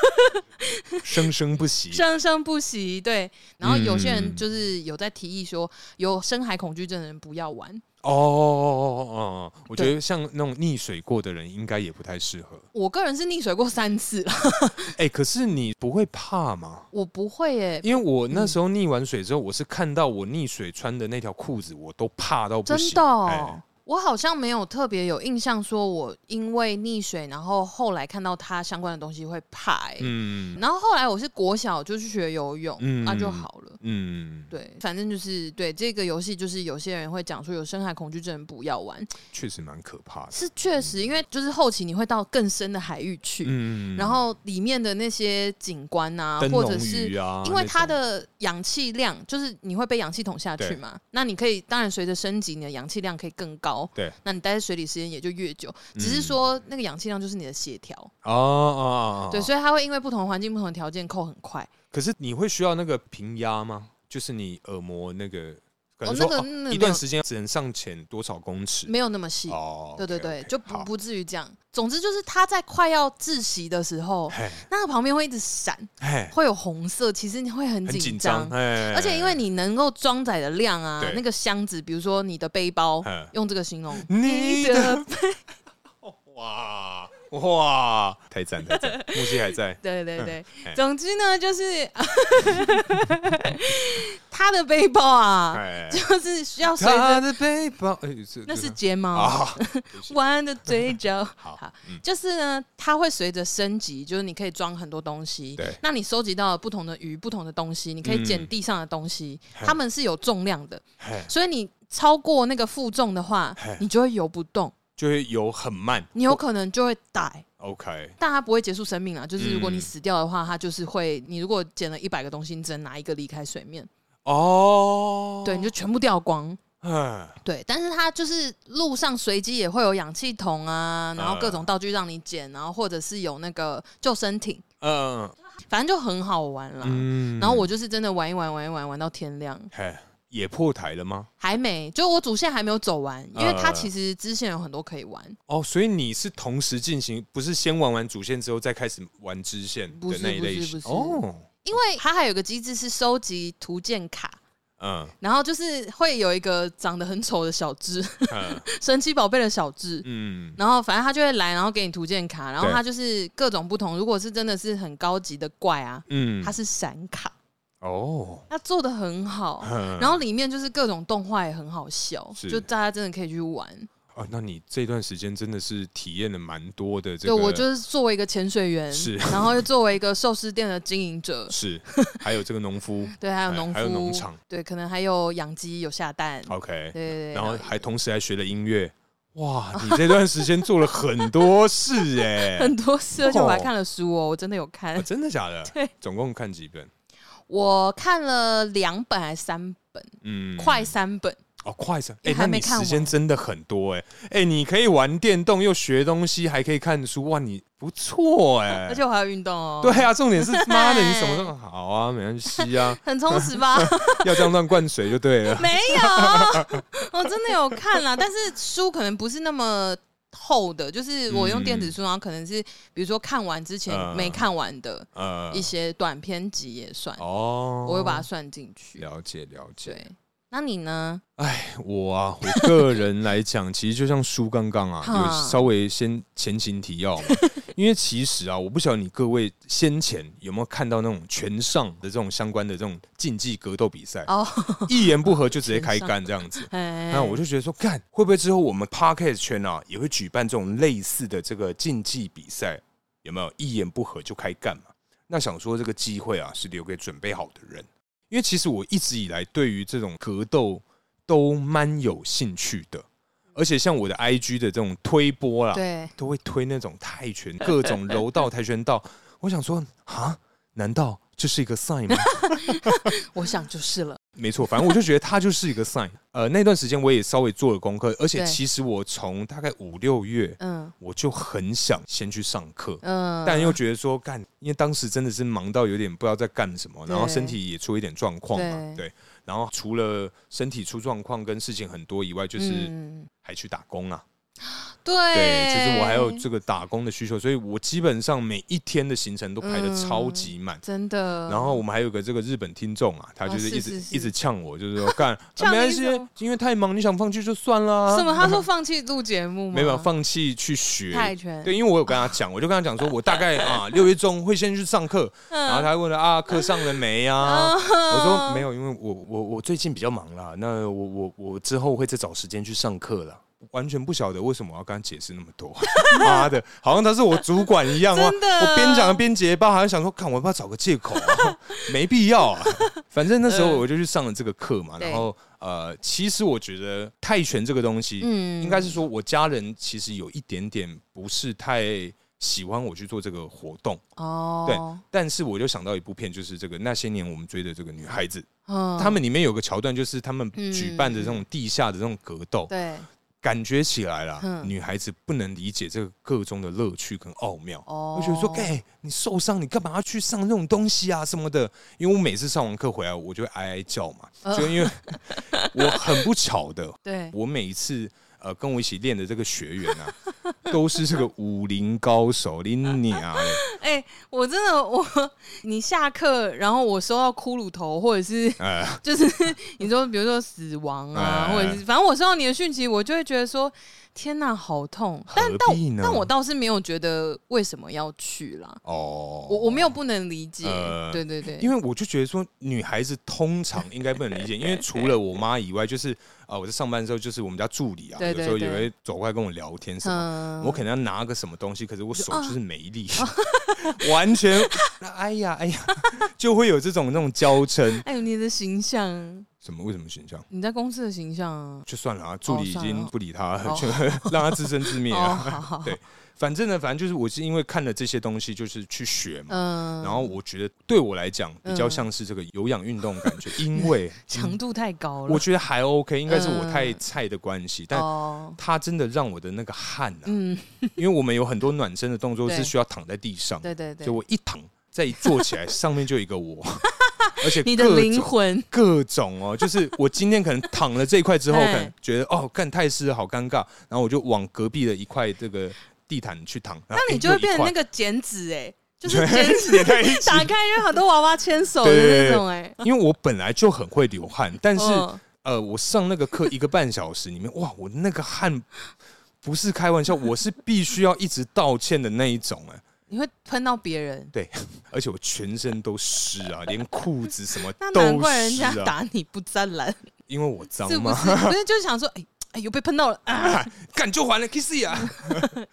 [SPEAKER 1] 生生不息。
[SPEAKER 2] 生生不 息。对，然后有些人
[SPEAKER 1] 嗯
[SPEAKER 2] 就是有在提议说，有深海恐惧症的人不要玩。
[SPEAKER 1] 哦哦哦哦，哦我觉得像那种溺水过的人，应该也不太适合。
[SPEAKER 2] 我个人是溺水过三次了，
[SPEAKER 1] 哎，可是你不会怕吗？
[SPEAKER 2] 我不会耶、
[SPEAKER 1] 因为我那时候溺完水之后，我是看到我溺水穿的那条裤子，我都怕到不
[SPEAKER 2] 真
[SPEAKER 1] 行。
[SPEAKER 2] 的哦、
[SPEAKER 1] 哎
[SPEAKER 2] 我好像没有特别有印象，说我因为溺水，然后后来看到它相关的东西会怕、欸。
[SPEAKER 1] 嗯
[SPEAKER 2] 然后后来我是国小就去学游泳，
[SPEAKER 1] 嗯
[SPEAKER 2] 那就好了。
[SPEAKER 1] 嗯，
[SPEAKER 2] 对，反正就是对这个游戏，就是有些人会讲说有深海恐惧症不要玩，
[SPEAKER 1] 确实蛮可怕的。
[SPEAKER 2] 是确实，因为就是后期你会到更深的海域去，
[SPEAKER 1] 嗯
[SPEAKER 2] 然后里面的那些景观啊，
[SPEAKER 1] 灯
[SPEAKER 2] 或者
[SPEAKER 1] 笼
[SPEAKER 2] 是
[SPEAKER 1] 鱼啊，
[SPEAKER 2] 因为
[SPEAKER 1] 那
[SPEAKER 2] 它
[SPEAKER 1] 种
[SPEAKER 2] 的氧气量，就是你会被氧气筒下去
[SPEAKER 1] 对
[SPEAKER 2] 嘛，那你可以当然随着升级，你的氧气量可以更高，
[SPEAKER 1] 对，
[SPEAKER 2] 那你待在水里时间也就越久，
[SPEAKER 1] 嗯
[SPEAKER 2] 只是说那个氧气量就是你的协调，
[SPEAKER 1] 哦哦哦，
[SPEAKER 2] 对，所以它会因为不同的环境、不同的条件扣很快。
[SPEAKER 1] 可是你会需要那个平压吗？就是你耳膜那个，可能
[SPEAKER 2] 哦
[SPEAKER 1] 说、
[SPEAKER 2] 那个
[SPEAKER 1] 一
[SPEAKER 2] 那个没有
[SPEAKER 1] 段时间只能上潜多少公尺？
[SPEAKER 2] 没有那么细。
[SPEAKER 1] 哦，
[SPEAKER 2] 对对
[SPEAKER 1] OK，OK，
[SPEAKER 2] 对就不
[SPEAKER 1] 好
[SPEAKER 2] 不至于这样。总之就是他在快要窒息的时候，
[SPEAKER 1] 嘿
[SPEAKER 2] 那个旁边会一直闪，
[SPEAKER 1] 嘿，
[SPEAKER 2] 会有红色，其实你会很
[SPEAKER 1] 很
[SPEAKER 2] 紧
[SPEAKER 1] 紧
[SPEAKER 2] 张
[SPEAKER 1] 张，。哎而
[SPEAKER 2] 而且因为你能够装载的量啊
[SPEAKER 1] 对，
[SPEAKER 2] 那个箱子，比如说你的背包
[SPEAKER 1] 嗯，
[SPEAKER 2] 用这个形容，，
[SPEAKER 1] 你的哇哇，太赞太赞，木西还在
[SPEAKER 2] 对对对
[SPEAKER 1] 哎，
[SPEAKER 2] 总之呢，就是 他的背包 啊，
[SPEAKER 1] 哎，
[SPEAKER 2] 就是需要随
[SPEAKER 1] 他
[SPEAKER 2] 着，
[SPEAKER 1] 的背包，哎，这
[SPEAKER 2] 那
[SPEAKER 1] 这
[SPEAKER 2] 是
[SPEAKER 1] 个
[SPEAKER 2] 睫毛。
[SPEAKER 1] 啊，对不起
[SPEAKER 2] 弯的嘴角，
[SPEAKER 1] 好嗯
[SPEAKER 2] 就是呢，它会随着升级，就是你可以装很多东西。
[SPEAKER 1] 对
[SPEAKER 2] 那你收集到了不同的鱼、不同的东西，你可以捡
[SPEAKER 1] 嗯
[SPEAKER 2] 地上的东西，
[SPEAKER 1] 嘿
[SPEAKER 2] 它们是有重量的，
[SPEAKER 1] 嘿
[SPEAKER 2] 所以你超过那个负重的话
[SPEAKER 1] 嘿，
[SPEAKER 2] 你就会游不动，
[SPEAKER 1] 就会游很慢，
[SPEAKER 2] 你有可能就会逮。
[SPEAKER 1] OK，
[SPEAKER 2] 但它不会结束生命啊，就是如果你
[SPEAKER 1] 嗯
[SPEAKER 2] 死掉的话，它就是会，你如果捡了一百个东西，你只能拿一个离开水面，
[SPEAKER 1] 哦，
[SPEAKER 2] 对，你就全部掉光。
[SPEAKER 1] 嗯，
[SPEAKER 2] 对，但是它就是路上随机也会有氧气筒啊，然后各种道具让你捡，然后或者是有那个救生艇，
[SPEAKER 1] 嗯
[SPEAKER 2] 反正就很好玩啦。
[SPEAKER 1] 嗯
[SPEAKER 2] 然后我就是真的玩一玩，玩一玩，玩到天亮，
[SPEAKER 1] 嘿也破台了吗？
[SPEAKER 2] 还没，就我主线还没有走完，因为它
[SPEAKER 1] 呃
[SPEAKER 2] 其实支线有很多可以玩，
[SPEAKER 1] 哦，所以你是同时进行，不是先玩完主线之后再开始玩支线
[SPEAKER 2] 不
[SPEAKER 1] 的
[SPEAKER 2] 是
[SPEAKER 1] 那一类
[SPEAKER 2] 不是
[SPEAKER 1] 型
[SPEAKER 2] 不是
[SPEAKER 1] 哦，
[SPEAKER 2] 因为它还有个机制是收集图鉴卡。
[SPEAKER 1] 嗯
[SPEAKER 2] 然后就是会有一个长得很丑的小智，
[SPEAKER 1] 嗯
[SPEAKER 2] 神奇宝贝的小智，
[SPEAKER 1] 嗯
[SPEAKER 2] 然后反正他就会来，然后给你图鉴卡，然后
[SPEAKER 1] 对
[SPEAKER 2] 他就是各种不同。如果是真的是很高级的怪啊，
[SPEAKER 1] 嗯
[SPEAKER 2] 它，是闪卡，
[SPEAKER 1] 哦，
[SPEAKER 2] 它做的 很好，
[SPEAKER 1] 然
[SPEAKER 2] 然后里面就是各种动画也很好笑，
[SPEAKER 1] 嗯是
[SPEAKER 2] 就大家真的可以去玩。
[SPEAKER 1] 哦，那你这段时间真的是体验了蛮多的这
[SPEAKER 2] 对
[SPEAKER 1] 个，
[SPEAKER 2] 我就是作为一个潜水员，
[SPEAKER 1] 是
[SPEAKER 2] 然后又作为一个寿司店的经营者，
[SPEAKER 1] 是还有这个农 夫
[SPEAKER 2] 对，还有
[SPEAKER 1] 哎
[SPEAKER 2] 农夫，
[SPEAKER 1] 还有农场，
[SPEAKER 2] 对，可能还有养鸡、有下蛋，
[SPEAKER 1] ，OK，
[SPEAKER 2] 对对对，
[SPEAKER 1] 然后哎还同时还学了音乐，哇，你这段时间做了很多事哎、
[SPEAKER 2] 很多事，而且我还
[SPEAKER 1] 哦
[SPEAKER 2] 看了书哦，我真的有看
[SPEAKER 1] 啊，真的假的？
[SPEAKER 2] 对，
[SPEAKER 1] 总共看几本？
[SPEAKER 2] 我看了两本还是三本，
[SPEAKER 1] 嗯，
[SPEAKER 2] 快三本。
[SPEAKER 1] 哦，快闪！
[SPEAKER 2] 因为
[SPEAKER 1] 哎、
[SPEAKER 2] 还
[SPEAKER 1] 那
[SPEAKER 2] 没
[SPEAKER 1] 你
[SPEAKER 2] 看
[SPEAKER 1] 时间
[SPEAKER 2] 完
[SPEAKER 1] 真的很多哎、哎、你可以玩电动，又学东西，还可以看书，哇，你不错哎、
[SPEAKER 2] 哦而且我还要运动哦。
[SPEAKER 1] 对，啊，重 点是妈的，你什么都好啊，没关系啊，
[SPEAKER 2] 很充实吧？
[SPEAKER 1] 要这样乱灌水就对了。
[SPEAKER 2] 没有， 我真的有看啦，但是书可能不是那么厚的，就是我用电子书，然后可能是比如说看完之前
[SPEAKER 1] 嗯
[SPEAKER 2] 没看完的
[SPEAKER 1] 呃
[SPEAKER 2] 一，些短篇集也算，
[SPEAKER 1] 哦，
[SPEAKER 2] 我会把它算进去。
[SPEAKER 1] 了解了解。
[SPEAKER 2] 对，那你呢？
[SPEAKER 1] 我啊，我个人来讲，其实就像书刚刚啊，
[SPEAKER 2] 哈
[SPEAKER 1] 有稍微先前情提要 嘛，因为其实啊，我不晓得你各位先前有没有看到那种拳上的这种相关的这种竞技格斗比赛，
[SPEAKER 2] 哦，
[SPEAKER 1] 一言不合就直接开干这样子。
[SPEAKER 2] 那
[SPEAKER 1] 那我就觉得说，看会不会之后我们 podcast 圈啊也会举办这种类似的这个竞技比赛？有没有一言不合就开干嘛？那想说这个机会啊是留给准备好的人，因为其实我一直以来对于这种格斗都蛮有兴趣的，而且像我的 IG 的这种推播啦，
[SPEAKER 2] 对，
[SPEAKER 1] 都会推那种泰拳，各种柔道、跆拳道。我想说，啊，难道这是一个 sign 吗？
[SPEAKER 2] 我想就是了。
[SPEAKER 1] 没错，反正我就觉得它就是 一个 sign。呃，那段时间我也稍微做了功课，而且
[SPEAKER 2] 对
[SPEAKER 1] 其实我从大概五六月
[SPEAKER 2] 嗯
[SPEAKER 1] 我就很想先去上课，
[SPEAKER 2] 嗯，
[SPEAKER 1] 但又觉得说干，因为当时真的是忙到有点不知道在干什么，
[SPEAKER 2] 对
[SPEAKER 1] 然后身体也出一点状况嘛，
[SPEAKER 2] 对
[SPEAKER 1] 对。然后除了身体出状况跟事情很多以外，就是
[SPEAKER 2] 嗯
[SPEAKER 1] 还去打工啊，
[SPEAKER 2] 对，
[SPEAKER 1] 对，就是我还有这个打工的需求，所以我基本上每一天的行程都排的超级满。
[SPEAKER 2] 真的，
[SPEAKER 1] 然后我们还有个这个日本听众啊，他
[SPEAKER 2] 嗯哦
[SPEAKER 1] 就是
[SPEAKER 2] 是
[SPEAKER 1] 一直
[SPEAKER 2] 是是
[SPEAKER 1] 一直呛我，就是 说干、啊
[SPEAKER 2] 呛
[SPEAKER 1] 没关
[SPEAKER 2] 你
[SPEAKER 1] 系
[SPEAKER 2] 什么，
[SPEAKER 1] 因为太忙，你想放弃就算啦。
[SPEAKER 2] 什么？他说放弃录节目吗？
[SPEAKER 1] 没有放弃去学
[SPEAKER 2] 泰拳
[SPEAKER 1] 对，因为我有跟他讲，我就跟他讲说，我大概啊六月中会先去上课，
[SPEAKER 2] 嗯
[SPEAKER 1] 然后他问了啊课上了没
[SPEAKER 2] 哦
[SPEAKER 1] 啊？我说没有，因为我我我最近比较忙啦，那我我我之后会再找时间去上课啦。完全不晓得为什么我要跟他解释那么多， 妈的，好像他是我主管一样啊！
[SPEAKER 2] 真的
[SPEAKER 1] 我边讲边结巴，好像想说，看我要不要找个借口啊？没必要啊。反正那时候我就去上了这个课嘛，
[SPEAKER 2] 嗯对
[SPEAKER 1] 然后呃，其实我觉得泰拳这个东西，
[SPEAKER 2] 嗯
[SPEAKER 1] 应该是说我家人其实有一点点不是太喜欢我去做这个活动，
[SPEAKER 2] 哦，
[SPEAKER 1] 对但是我就想到一部片，就是这个那些年我们追的这个女孩子，
[SPEAKER 2] 嗯
[SPEAKER 1] 他们里面有个桥段，就是他们
[SPEAKER 2] 嗯
[SPEAKER 1] 举办的这种地下的这种格斗，
[SPEAKER 2] 对
[SPEAKER 1] 感觉起来啦，
[SPEAKER 2] 嗯
[SPEAKER 1] 女孩子不能理解这个个中的乐趣跟奥妙。
[SPEAKER 2] 哦
[SPEAKER 1] 我觉得说，哎、你受伤，你干嘛要去上这种东西啊什么的？因为我每次上完课回来，我就会哀哀叫嘛，
[SPEAKER 2] 嗯
[SPEAKER 1] 就因为我很不巧的，
[SPEAKER 2] 对，
[SPEAKER 1] 我每一次呃跟我一起练的这个学员啊， 都是这个武林高手，你娘嘞！
[SPEAKER 2] 哎、我真的我你下课，然后我收到骷髅头，或者是
[SPEAKER 1] 呃，
[SPEAKER 2] 就是你说比如说死亡啊，
[SPEAKER 1] 哎
[SPEAKER 2] 或者是反正我收到你的讯息，我就会觉得说天哪，好痛！但
[SPEAKER 1] 何
[SPEAKER 2] 但
[SPEAKER 1] 必呢
[SPEAKER 2] 但我倒是没有觉得为什么要去啦，
[SPEAKER 1] 哦，
[SPEAKER 2] 我我没有不能理解，
[SPEAKER 1] 呃
[SPEAKER 2] 对对对，
[SPEAKER 1] 因为我就觉得说，女孩子通常应该不能理解，因为除了我妈以外，就是呃，我在上班的时候，就是我们家助理啊，
[SPEAKER 2] 对对
[SPEAKER 1] 有时候也
[SPEAKER 2] 对
[SPEAKER 1] 会走过来跟我聊天什么。
[SPEAKER 2] 嗯啊
[SPEAKER 1] 我可能要拿个什么东西，可是我手就是没力， 完 全，哎呀哎呀，就会有这种那种娇嗔。
[SPEAKER 2] 哎呦，你的形象
[SPEAKER 1] 什么？为什么选项？
[SPEAKER 2] 你在公司的形象啊，
[SPEAKER 1] 就算了啊，助理已
[SPEAKER 2] 算
[SPEAKER 1] 经
[SPEAKER 2] 了
[SPEAKER 1] 不理他，
[SPEAKER 2] 哦
[SPEAKER 1] 就让他自生自灭
[SPEAKER 2] 哦，
[SPEAKER 1] 啊。
[SPEAKER 2] 好好，
[SPEAKER 1] 对反正呢，反正就是我是因为看了这些东西，就是去学嘛。
[SPEAKER 2] 嗯，
[SPEAKER 1] 然后我觉得对我来讲比较像是这个有氧运动的感觉，
[SPEAKER 2] 嗯
[SPEAKER 1] 因 为
[SPEAKER 2] 强度太高了，
[SPEAKER 1] 嗯我觉得还 OK，应该是我太
[SPEAKER 2] 嗯
[SPEAKER 1] 菜的关系，但
[SPEAKER 2] 哦，
[SPEAKER 1] 它真的让我的那个汗啊，
[SPEAKER 2] 嗯，
[SPEAKER 1] 因为我们有很多暖身的动作是
[SPEAKER 2] 对
[SPEAKER 1] 需要躺在地上，
[SPEAKER 2] 对对
[SPEAKER 1] 所以
[SPEAKER 2] 对，
[SPEAKER 1] 我一躺再一坐起来，上面就有一个 我，而且
[SPEAKER 2] 你的
[SPEAKER 1] 各
[SPEAKER 2] 灵
[SPEAKER 1] 种
[SPEAKER 2] 魂，
[SPEAKER 1] 各种哦，就是我今天可能躺了这一块之后，可
[SPEAKER 2] 哎
[SPEAKER 1] 能觉得哦，干太湿了好尴尬，然后我就往隔壁的一块这个地毯去躺，哎那
[SPEAKER 2] 那你就会变成那个剪纸哎， 就是剪纸
[SPEAKER 1] 也在一起，
[SPEAKER 2] 打开，有很多娃娃牵手的
[SPEAKER 1] 对对对
[SPEAKER 2] 那种哎，
[SPEAKER 1] 因为我本来就很会流汗，但是、
[SPEAKER 2] 嗯
[SPEAKER 1] 呃，我上那个课一个半小时里面，哇，我那个汗不是开玩笑，我是必须要一直道歉的那一种哎、
[SPEAKER 2] 你会喷到别人，
[SPEAKER 1] 而且我全身都湿啊，连裤子什么
[SPEAKER 2] 那难
[SPEAKER 1] 都
[SPEAKER 2] 怪人
[SPEAKER 1] 湿
[SPEAKER 2] 家
[SPEAKER 1] 啊，
[SPEAKER 2] 打你不沾蓝，
[SPEAKER 1] 因为我脏
[SPEAKER 2] 是不
[SPEAKER 1] 嘛，
[SPEAKER 2] 是？不是，就是想说，哎哎，又被喷到了啊
[SPEAKER 1] 干就还了 kiss 呀、啊。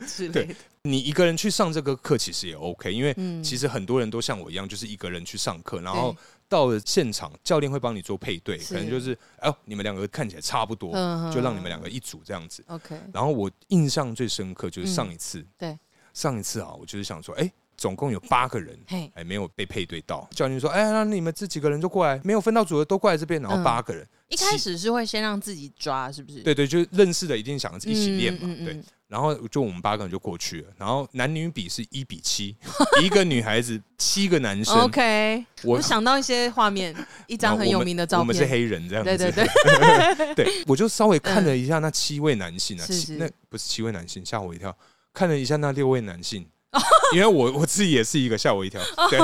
[SPEAKER 2] 之类的，
[SPEAKER 1] 你一个人去上这个课其实也 OK，因为
[SPEAKER 2] 嗯
[SPEAKER 1] 其实很多人都像我一样，就是一个人去上课，然后到了现场，教练会帮你做配对，
[SPEAKER 2] 是
[SPEAKER 1] 可能就是哎呦，你们两个看起来差不多，
[SPEAKER 2] 嗯
[SPEAKER 1] 就让你们两个一组这样子。
[SPEAKER 2] OK，
[SPEAKER 1] 然后我印象最深刻就是上一次，
[SPEAKER 2] 嗯对，
[SPEAKER 1] 上一次啊，我就是想说，哎，总共有八个人。
[SPEAKER 2] 嘿，
[SPEAKER 1] 哎，没有被配对到。教练说：“哎，那你们这几个人就过来，没有分到组的都过来这边。”然后
[SPEAKER 2] 嗯
[SPEAKER 1] 八个人，
[SPEAKER 2] 一开始是会先让自己抓，是不是？
[SPEAKER 1] 对对，就是认识的一定想着
[SPEAKER 2] 嗯，
[SPEAKER 1] 一起练嘛，
[SPEAKER 2] 嗯
[SPEAKER 1] 对。，
[SPEAKER 2] 嗯
[SPEAKER 1] 然后就我们八个人就过去了，然后男女比是一比七，一个女孩子，七个男生。
[SPEAKER 2] OK，
[SPEAKER 1] 我啊
[SPEAKER 2] 我想到一些画面，一张很有名的照
[SPEAKER 1] 我们是
[SPEAKER 2] 片，
[SPEAKER 1] 黑人这样子。
[SPEAKER 2] 对对 对，嗯
[SPEAKER 1] 对，我就稍微看了一下那七位男性啊，
[SPEAKER 2] 是
[SPEAKER 1] 七
[SPEAKER 2] 是
[SPEAKER 1] 那不是七位男性，吓我一跳。看了一下那六位男性，
[SPEAKER 2] 哦
[SPEAKER 1] 因为我我自己也是一个，吓我一跳。对，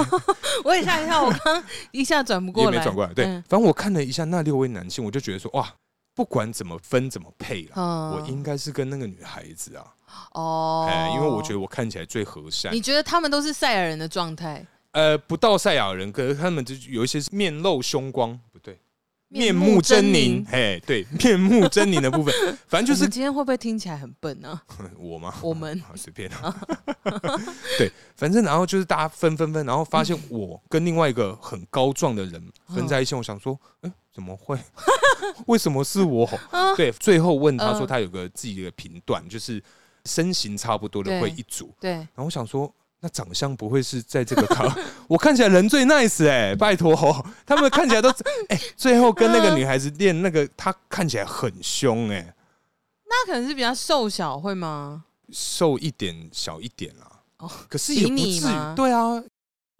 [SPEAKER 2] 我也吓一跳，我刚一下转不
[SPEAKER 1] 也
[SPEAKER 2] 哦过
[SPEAKER 1] 没
[SPEAKER 2] 来，
[SPEAKER 1] 转过来。对，
[SPEAKER 2] 嗯
[SPEAKER 1] 反正我看了一下那六位男性，我就觉得说，哇，不管怎么分怎么配啦，
[SPEAKER 2] 嗯
[SPEAKER 1] 我应该是跟那个女孩子啊，
[SPEAKER 2] 哦，
[SPEAKER 1] 哎、因为我觉得我看起来最和善
[SPEAKER 2] 你。觉得他们都是赛亚人的状态，
[SPEAKER 1] 呃，不到赛亚人，可是他们就有一些是面露凶光，不对，
[SPEAKER 2] 面目
[SPEAKER 1] 目狰
[SPEAKER 2] 狰狞
[SPEAKER 1] 嘿，对， 面目狰狞的部分，反正就
[SPEAKER 2] 就
[SPEAKER 1] 是是
[SPEAKER 2] 今天会不会听起来很笨 啊？
[SPEAKER 1] 我吗？
[SPEAKER 2] 我们
[SPEAKER 1] 啊随便啊， 对，反正然后就是大家分分分，然后发现我跟另外一个很高壮的人
[SPEAKER 2] 嗯
[SPEAKER 1] 分在一起，我想说，哎、怎么会？ 为什么是我？
[SPEAKER 2] 啊
[SPEAKER 1] 对，最后问他说，
[SPEAKER 2] 嗯
[SPEAKER 1] 他有个自己的评断，就是身形差不多的
[SPEAKER 2] 对
[SPEAKER 1] 会一组，
[SPEAKER 2] 对，
[SPEAKER 1] 然后我想说，那长相不会是在这个他？ 我看起来人最 nice 哎、拜托、他们看起来都 哎、最后跟那
[SPEAKER 2] 嗯
[SPEAKER 1] 个女孩子练那个，她看起来很凶哎、
[SPEAKER 2] 那可能是比较瘦小，会吗？
[SPEAKER 1] 瘦一点小一点啦。
[SPEAKER 2] 哦
[SPEAKER 1] 可是也
[SPEAKER 2] 比
[SPEAKER 1] 不
[SPEAKER 2] 你
[SPEAKER 1] 至于
[SPEAKER 2] 吗。
[SPEAKER 1] 对啊，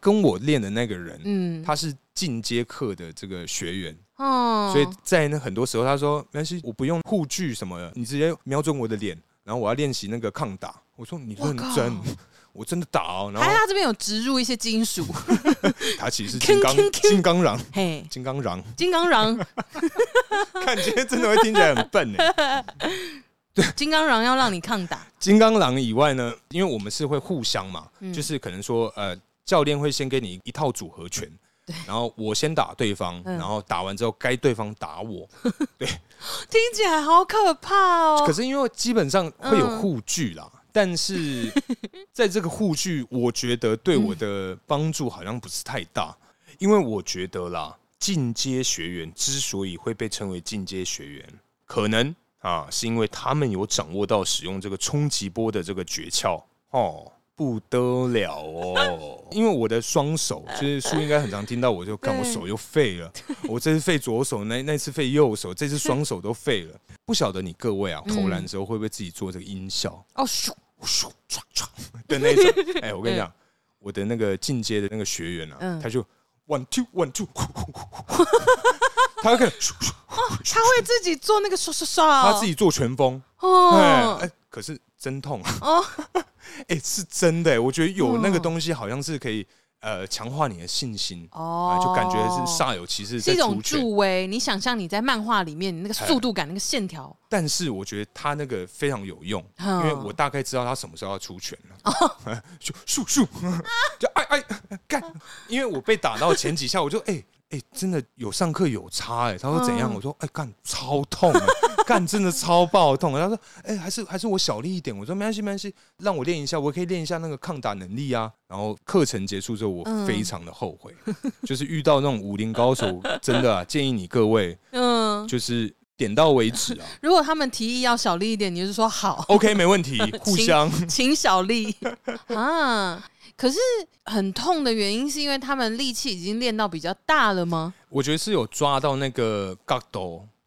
[SPEAKER 1] 跟我练的那个人，
[SPEAKER 2] 嗯，
[SPEAKER 1] 他是进阶课的这个学员，
[SPEAKER 2] 哦
[SPEAKER 1] 所以在那很多时候他说，没关系，我不用护具什么的，你直接瞄准我的脸，然后我要练习那个抗打。我说你认
[SPEAKER 2] 哇靠哎
[SPEAKER 1] 真。我真的打哦，然
[SPEAKER 2] 还
[SPEAKER 1] 后
[SPEAKER 2] 是他这边有植入一些 金属，
[SPEAKER 1] 他其实是金刚
[SPEAKER 2] 铿铿铿
[SPEAKER 1] 金刚狼，
[SPEAKER 2] 嘿，
[SPEAKER 1] 金刚狼，
[SPEAKER 2] 金刚狼，
[SPEAKER 1] 看今天真的会听起来很笨哎。
[SPEAKER 2] 金刚狼要让你抗 打，
[SPEAKER 1] 金刚狼以外呢，因为我们是会互相嘛，
[SPEAKER 2] 嗯
[SPEAKER 1] 就是可能说呃，教练会先给你一套组合拳。然后我先打对方，
[SPEAKER 2] 嗯
[SPEAKER 1] 然后打完之后该对方打我。
[SPEAKER 2] 听起来好可怕哦。
[SPEAKER 1] 可是因为基本上会有
[SPEAKER 2] 嗯
[SPEAKER 1] 护具啦，但 是在这个护具，我觉得对我的帮助好像不是太大，因为我觉得啦，进阶学员之所以会被称为进阶学员，可能啊是因为他们有掌握到使用这个冲击波的这个诀窍哦。不得了哦！因为我的双手，就是叔应该很常听到，我就看我
[SPEAKER 2] 对
[SPEAKER 1] 手又废了，我这次废左手，那那次废右手，这次双手都废了。不晓得你各位啊，投篮的时候会不会自己做这个音效？
[SPEAKER 2] 哦，咻，
[SPEAKER 1] 咻唰唰的那种。哎，我跟你讲，我的那个进阶的那个学员啊，
[SPEAKER 2] 嗯
[SPEAKER 1] 他就 one two one two，呼 呼呼呼他会看咻咻
[SPEAKER 2] 他会自己做那个刷刷刷哦，
[SPEAKER 1] 他自己做拳风，哎
[SPEAKER 2] 哦，
[SPEAKER 1] 哎，可是真痛
[SPEAKER 2] 哦嗯
[SPEAKER 1] 哦， 哎，是真的哎，我觉得有那个东西好像是可以呃强化你的信心。啊
[SPEAKER 2] 哦，
[SPEAKER 1] 就感觉是煞有其事，
[SPEAKER 2] 是
[SPEAKER 1] 在
[SPEAKER 2] 一种
[SPEAKER 1] 出拳。
[SPEAKER 2] 助威。你想象你在漫画里面，你那个速度感、那个线条，
[SPEAKER 1] 但是我觉得他那个非常有用，
[SPEAKER 2] 嗯哦
[SPEAKER 1] 因为我大概知道他什么时候要出拳了， 咻咻咻，就哎哎干，因为我被打到前几下，我就哎哎、真的有上课有差哎、他说怎样？
[SPEAKER 2] 嗯
[SPEAKER 1] 我说哎干超痛、啊，干真的超爆痛。他说：“哎、还是还是我小力一点。”我说：“没关系，没关系，让我练一下，我可以练一下那个抗打能力啊。”然后课程结束之后，我
[SPEAKER 2] 嗯
[SPEAKER 1] 非常的后 悔，就是遇到那种武林高手，真的啊，建议你各位
[SPEAKER 2] 嗯，
[SPEAKER 1] 就是点到为止啊。
[SPEAKER 2] 如果他们提议要小力一点，你就说好，
[SPEAKER 1] OK，没问 题，互相
[SPEAKER 2] 请小力 啊。可是很痛的原因是因为他们力气已经练到比较大了吗？
[SPEAKER 1] 我觉得是有抓到那个 g a d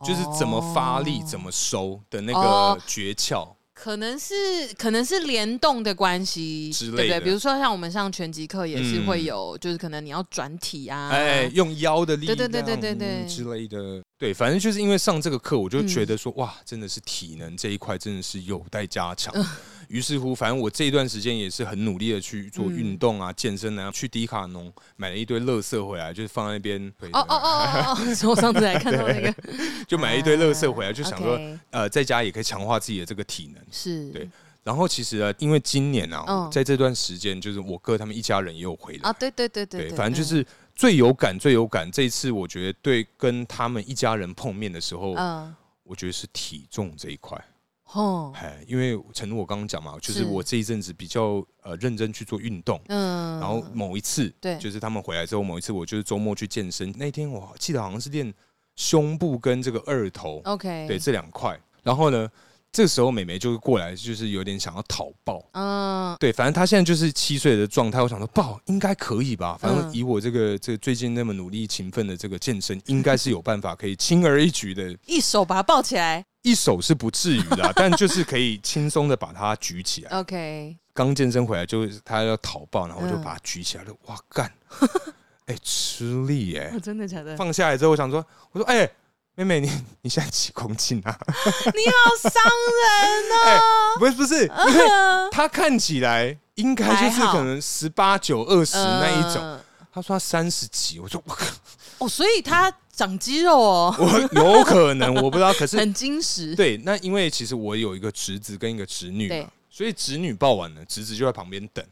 [SPEAKER 1] 就是怎么发力、
[SPEAKER 2] 哦
[SPEAKER 1] 怎么收的那
[SPEAKER 2] 哦
[SPEAKER 1] 个诀窍。
[SPEAKER 2] 可能是可能是联动的关系
[SPEAKER 1] 之类
[SPEAKER 2] 对不对？
[SPEAKER 1] 的
[SPEAKER 2] 比如说像我们上拳击课也是
[SPEAKER 1] 嗯
[SPEAKER 2] 会有，就是可能你要转体啊，
[SPEAKER 1] 哎，用腰的力
[SPEAKER 2] 对
[SPEAKER 1] 量，
[SPEAKER 2] 对对对对对
[SPEAKER 1] 嗯之类的，对，反正就是因为上这个课，我就觉得说，哇，真的是体能这一块真的是有待加强。
[SPEAKER 2] 嗯
[SPEAKER 1] 于是乎，反正我这一段时间也是很努力的去做运动
[SPEAKER 2] 嗯
[SPEAKER 1] 啊、健身啊，去迪卡侬买了一堆乐色回来，就是放在那边，
[SPEAKER 2] 哦哦哦 哦哦，是我上次还看到那个，
[SPEAKER 1] 就买了一堆乐色回来，就想说，
[SPEAKER 2] 啊 OK，
[SPEAKER 1] 呃，在家也可以强化自己的这个体能。
[SPEAKER 2] 是，
[SPEAKER 1] 对然后其实啊，因为今年啊
[SPEAKER 2] 嗯，
[SPEAKER 1] 在这段时间，就是我哥他们一家人也有回来
[SPEAKER 2] 啊，对对对对
[SPEAKER 1] 对，反正就是最有感、最有感。这一次，我觉得对跟他们一家人碰面的时候，
[SPEAKER 2] 嗯，
[SPEAKER 1] 我觉得是体重这一块。
[SPEAKER 2] 吼，
[SPEAKER 1] 哎，因为陈我刚刚讲嘛，就是
[SPEAKER 2] 哦是
[SPEAKER 1] 我这一阵子比较呃认真去做运动，
[SPEAKER 2] 嗯，
[SPEAKER 1] 然后某一次，
[SPEAKER 2] 对
[SPEAKER 1] 就是他们回来之后，某一次我就是周末去健身，那天我记得好像是练胸部跟这个二头，
[SPEAKER 2] OK，
[SPEAKER 1] 对这两块。然后呢，这时候美眉就过来，就是有点想要讨抱。
[SPEAKER 2] 嗯，
[SPEAKER 1] 对，反正他现在就是七岁的状态，我想说，爆应该可以吧？反正
[SPEAKER 2] 嗯
[SPEAKER 1] 以我这个这最近那么努力勤奋的这个健身，应该是有办法可以轻而易举的，
[SPEAKER 2] 一手把它抱起来
[SPEAKER 1] 一手是不至于啦，但就是可以轻松的把它举起
[SPEAKER 2] 嗯
[SPEAKER 1] 来。
[SPEAKER 2] ，OK，
[SPEAKER 1] 刚健身回来，就是他要讨抱，然后我就
[SPEAKER 2] 嗯
[SPEAKER 1] 把它举起来了，哇干，哎、吃力哎、
[SPEAKER 2] 哦真的假的？
[SPEAKER 1] 放下来之后，我想说，我说哎、妹妹你你现在几公斤啊？
[SPEAKER 2] 你好伤人
[SPEAKER 1] 哎、
[SPEAKER 2] 哦，
[SPEAKER 1] 不是不是，因为 他看起来应该就是
[SPEAKER 2] 嗯还好
[SPEAKER 1] 可能十八九二十那一种。
[SPEAKER 2] 嗯
[SPEAKER 1] 他说他三十几，我说 我靠，
[SPEAKER 2] 哦，所以他长肌肉哦，
[SPEAKER 1] 我有可能我不知道，可是
[SPEAKER 2] 很矜持，
[SPEAKER 1] 对，那因为其实我有一个侄子跟一个侄女
[SPEAKER 2] 对
[SPEAKER 1] 嘛，所以侄女抱完了，侄子就在旁边等。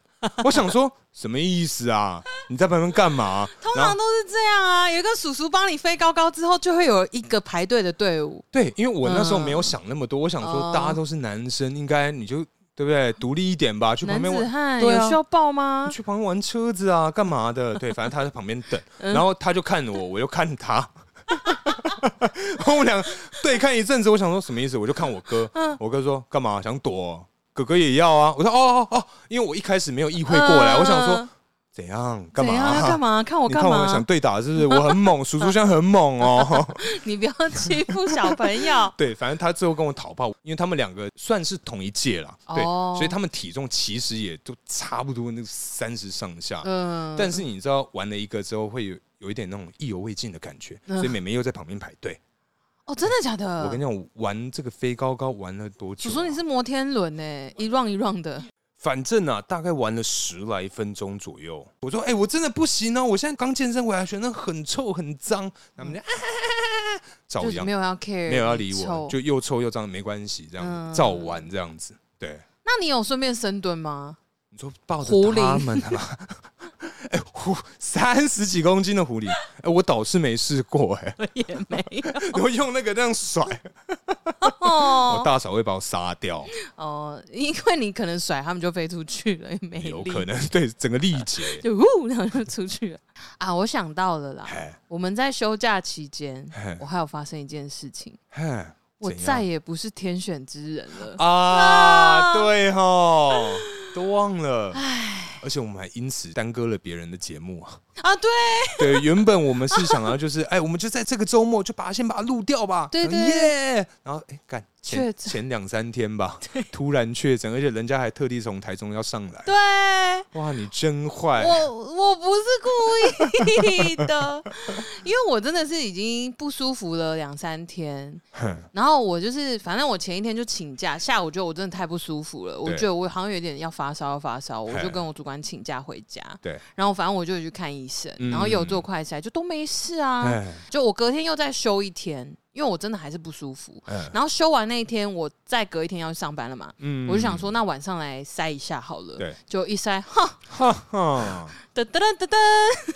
[SPEAKER 1] 我想说什么意思啊？你在旁边干嘛？
[SPEAKER 2] 通
[SPEAKER 1] 然
[SPEAKER 2] 常
[SPEAKER 1] 后
[SPEAKER 2] 都是这样啊，有一个叔叔帮你飞高高之后，就会有一个排队的队伍。
[SPEAKER 1] 对，因为我那时候没有想那么多，我想说
[SPEAKER 2] 嗯哦
[SPEAKER 1] 大家都是男生，应该你就对不对？独立一点吧，去旁
[SPEAKER 2] 男
[SPEAKER 1] 边
[SPEAKER 2] 子
[SPEAKER 1] 玩，
[SPEAKER 2] 汉
[SPEAKER 1] 对啊
[SPEAKER 2] 有需要抱吗？
[SPEAKER 1] 去旁边玩车子啊，干嘛 的？对，反正他在旁边等，
[SPEAKER 2] 嗯
[SPEAKER 1] 然后他就看我，我就看他。 然后我们俩对看一阵子，我想说什么意思？我就看我哥，
[SPEAKER 2] 嗯
[SPEAKER 1] 我哥说干嘛想躲哦、哥哥也要啊。我说哦哦哦，因为我一开始没有意会过来，
[SPEAKER 2] 嗯
[SPEAKER 1] 我想说怎样干嘛、
[SPEAKER 2] 怎样要 干？嘛？看我
[SPEAKER 1] 你
[SPEAKER 2] 干
[SPEAKER 1] 看我
[SPEAKER 2] 嘛？
[SPEAKER 1] 想对打是不是？我很猛，叔叔现在很猛哦。
[SPEAKER 2] 你不要欺负小朋
[SPEAKER 1] 。
[SPEAKER 2] 友
[SPEAKER 1] 对，反正他最后跟我讨炮，因为他们两个算是同一届啦，对，
[SPEAKER 2] 哦
[SPEAKER 1] 所以他们体重其实也都差不多那三十上下。
[SPEAKER 2] 嗯，
[SPEAKER 1] 但是你知道玩了一个之后，会有有一点那种意犹未尽的感觉，
[SPEAKER 2] 嗯
[SPEAKER 1] 所以妹妹又在旁边排队。
[SPEAKER 2] 哦，真的假的？
[SPEAKER 1] 我跟你讲，我玩这个飞高高玩了多久、
[SPEAKER 2] 叔
[SPEAKER 1] 啊？
[SPEAKER 2] 叔你是摩天轮呢、一 round 一 round 的。
[SPEAKER 1] 反正啊，大概玩了十来分钟左右。我说：“哎、我真的不行啊！我现在刚健身回来，觉得很臭很脏。”他们就啊啊啊啊啊 照
[SPEAKER 2] 嗯就是
[SPEAKER 1] 样
[SPEAKER 2] 没有要 care，
[SPEAKER 1] 没有要理我，
[SPEAKER 2] 臭
[SPEAKER 1] 就又臭又脏没关系，这样、
[SPEAKER 2] 嗯
[SPEAKER 1] 照玩这样子。对，
[SPEAKER 2] 那你有顺便深 蹲吗？
[SPEAKER 1] 你说抱着
[SPEAKER 2] 狐狸
[SPEAKER 1] 他们啊？ 哎、狐三十几公斤的狐狸，哎、我倒是没试过哎、
[SPEAKER 2] 也没
[SPEAKER 1] 然后用那个那样甩，我
[SPEAKER 2] 哦
[SPEAKER 1] 大嫂会把我杀掉，
[SPEAKER 2] 哦，因为你可能甩他们就飞出去了，也没
[SPEAKER 1] 有
[SPEAKER 2] 力
[SPEAKER 1] 可能 对整个力竭。
[SPEAKER 2] 就呜，然后就出去了啊！我想到了啦，
[SPEAKER 1] 哎
[SPEAKER 2] 我们在休假期间
[SPEAKER 1] 嘿，
[SPEAKER 2] 我还有发生一件事情，
[SPEAKER 1] 哎，
[SPEAKER 2] 我
[SPEAKER 1] 怎样
[SPEAKER 2] 再也不是天选之人了。
[SPEAKER 1] 啊，对 吼，都忘了。而且我们还因此耽搁了别人的节目 啊！
[SPEAKER 2] 啊，对
[SPEAKER 1] 对，原本我们是想要就是， 哎，我们就在这个周末就把它先把它录掉吧。
[SPEAKER 2] 对对
[SPEAKER 1] 耶！然后哎，干前
[SPEAKER 2] 确诊
[SPEAKER 1] 前两三天 吧，突然确诊，而且人家还特地从台中要上来。
[SPEAKER 2] 对，
[SPEAKER 1] 哇，你真坏！
[SPEAKER 2] 我我不是故意的， 因为我真的是已经不舒服了两三天，
[SPEAKER 1] 哼
[SPEAKER 2] 然后我就是反正我前一天就请假，下午就我真的太不舒服了，我觉得我好像有点要发烧要发烧，我
[SPEAKER 1] 嘿
[SPEAKER 2] 就跟我主管请假回家，
[SPEAKER 1] 对，
[SPEAKER 2] 然后反正我就有去看医生，
[SPEAKER 1] 嗯
[SPEAKER 2] 然后也有做快筛，就都没事啊，
[SPEAKER 1] 哎，
[SPEAKER 2] 就我隔天又再休一天，因为我真的还是不舒服。
[SPEAKER 1] 嗯
[SPEAKER 2] 然后休完那一天，我再隔一天要去上班了嘛，
[SPEAKER 1] 嗯
[SPEAKER 2] 我就想，说，那晚上来筛一下好了。
[SPEAKER 1] 对，
[SPEAKER 2] 就一 筛，哈，
[SPEAKER 1] 哈哈。
[SPEAKER 2] 噔噔噔噔噔，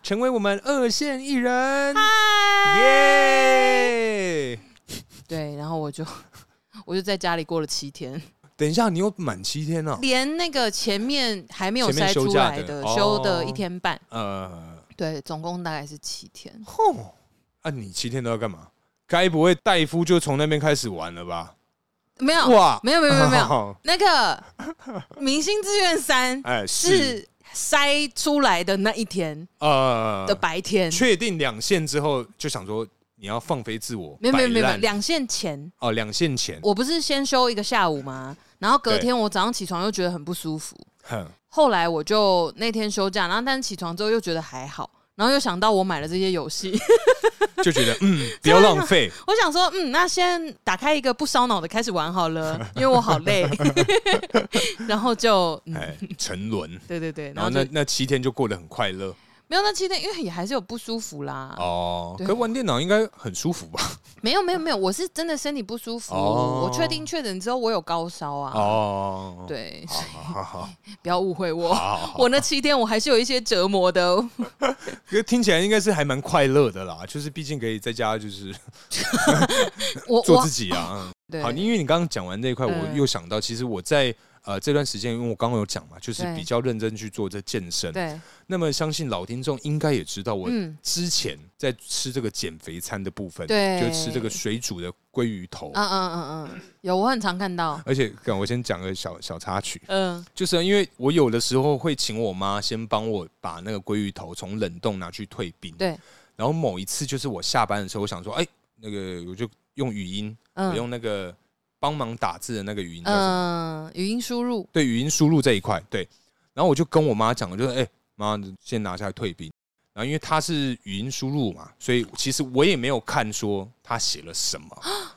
[SPEAKER 1] 成为我们二线艺人，
[SPEAKER 2] 嗨
[SPEAKER 1] 耶！
[SPEAKER 2] 对，然后我就我就在家里过了七天，
[SPEAKER 1] 等一下，你有满七天啊？
[SPEAKER 2] 连那个前面还没有
[SPEAKER 1] 前面
[SPEAKER 2] 筛
[SPEAKER 1] 休
[SPEAKER 2] 出
[SPEAKER 1] 假
[SPEAKER 2] 来
[SPEAKER 1] 的
[SPEAKER 2] 的
[SPEAKER 1] 哦
[SPEAKER 2] 休的一天半，
[SPEAKER 1] 呃，
[SPEAKER 2] 对，总共大概是七天。
[SPEAKER 1] 吼，啊，你七天都要干嘛？该不会戴夫就从那边开始玩了吧？
[SPEAKER 2] 没有，
[SPEAKER 1] 哇
[SPEAKER 2] 没有，没有，没有，没有。
[SPEAKER 1] 有，
[SPEAKER 2] 那个《明星志愿三》
[SPEAKER 1] 哎，是
[SPEAKER 2] 是筛出来的那一天
[SPEAKER 1] 呃
[SPEAKER 2] 的，白天，
[SPEAKER 1] 确定两线之后就想说你要放飞自我，
[SPEAKER 2] 没有，没有，没有，没
[SPEAKER 1] 摆
[SPEAKER 2] 有
[SPEAKER 1] 烂
[SPEAKER 2] 两线前，
[SPEAKER 1] 哦，两线前，
[SPEAKER 2] 我不是先休一个下午吗？然后隔
[SPEAKER 1] 对
[SPEAKER 2] 天我早上起床又觉得很不舒服，
[SPEAKER 1] 哼，
[SPEAKER 2] 后来我就那天休假，然后但是起床之后又觉得还好，然后又想到我买了这些游戏，
[SPEAKER 1] 就觉得嗯，不要浪费，
[SPEAKER 2] 我想说，嗯，那先打开一个不烧脑的开始玩好了，因为我好累， 然后就，嗯，
[SPEAKER 1] 哎，沉沦。
[SPEAKER 2] 对对对，
[SPEAKER 1] 然
[SPEAKER 2] 然
[SPEAKER 1] 后
[SPEAKER 2] 后
[SPEAKER 1] 那
[SPEAKER 2] 就
[SPEAKER 1] 那七天就过得很快乐
[SPEAKER 2] 没有那七天，因为也还是有不舒服啦。
[SPEAKER 1] 哦，
[SPEAKER 2] 对啊
[SPEAKER 1] 可玩电脑应该很舒服吧？
[SPEAKER 2] 没有没有没有，我是真的身体不舒服，
[SPEAKER 1] 哦
[SPEAKER 2] 我确定确诊之后我有高烧啊。
[SPEAKER 1] 哦，，
[SPEAKER 2] 对，
[SPEAKER 1] 好好好好
[SPEAKER 2] 不要误会我，
[SPEAKER 1] 好好，
[SPEAKER 2] 我那七天我还是有一些折磨的哦。
[SPEAKER 1] 可是听起来应该是还蛮快乐的啦，就是毕竟可以在家就是
[SPEAKER 2] 我
[SPEAKER 1] 做
[SPEAKER 2] 我
[SPEAKER 1] 自己啊。
[SPEAKER 2] 对，
[SPEAKER 1] 好，因为你刚刚讲完这一块，
[SPEAKER 2] 嗯
[SPEAKER 1] 我又想到，其实我在呃这段时间，因为我刚刚有讲嘛，就是
[SPEAKER 2] 对
[SPEAKER 1] 比较认真去做这健身。
[SPEAKER 2] 对，
[SPEAKER 1] 那么相信老听众应该也知道，我
[SPEAKER 2] 嗯
[SPEAKER 1] 之前在吃这个减肥餐的部分，
[SPEAKER 2] 对
[SPEAKER 1] 就吃这个水煮的鲑鱼头。
[SPEAKER 2] 嗯嗯嗯嗯，有我很常看到，
[SPEAKER 1] 而且，干我先讲个小小插曲，
[SPEAKER 2] 嗯
[SPEAKER 1] 就是啊因为我有的时候会请我妈先帮我把那个鲑鱼头从冷冻拿去退冰。
[SPEAKER 2] 对。
[SPEAKER 1] 然后某一次就是我下班的时候，我想说，哎、那个我就用语音，我
[SPEAKER 2] 嗯
[SPEAKER 1] 用那个帮忙打字的那个语音叫什么，
[SPEAKER 2] 嗯，语音输入，
[SPEAKER 1] 对语音输入这一块，对。然后我就跟我妈讲，我就是哎妈，先拿下来退兵。然后因为她是语音输入嘛，所以其实我也没有看说她写了什么，
[SPEAKER 2] 啊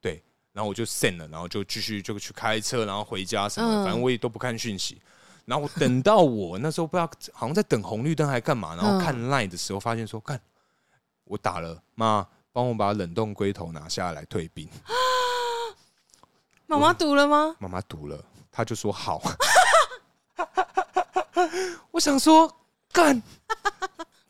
[SPEAKER 1] 对。然后我就 send 了，然后就继续就去开车，然后回家什么的，
[SPEAKER 2] 嗯
[SPEAKER 1] 反正我也都不看讯息。然后我等到我那时候不知道好像在等红绿灯还干嘛，然后
[SPEAKER 2] 嗯
[SPEAKER 1] 看 line 的时候发现说，看我打了妈，帮我把冷冻龟头拿下来退兵。
[SPEAKER 2] 妈妈读了吗？
[SPEAKER 1] 妈妈读了，她就说好。 我想说，干，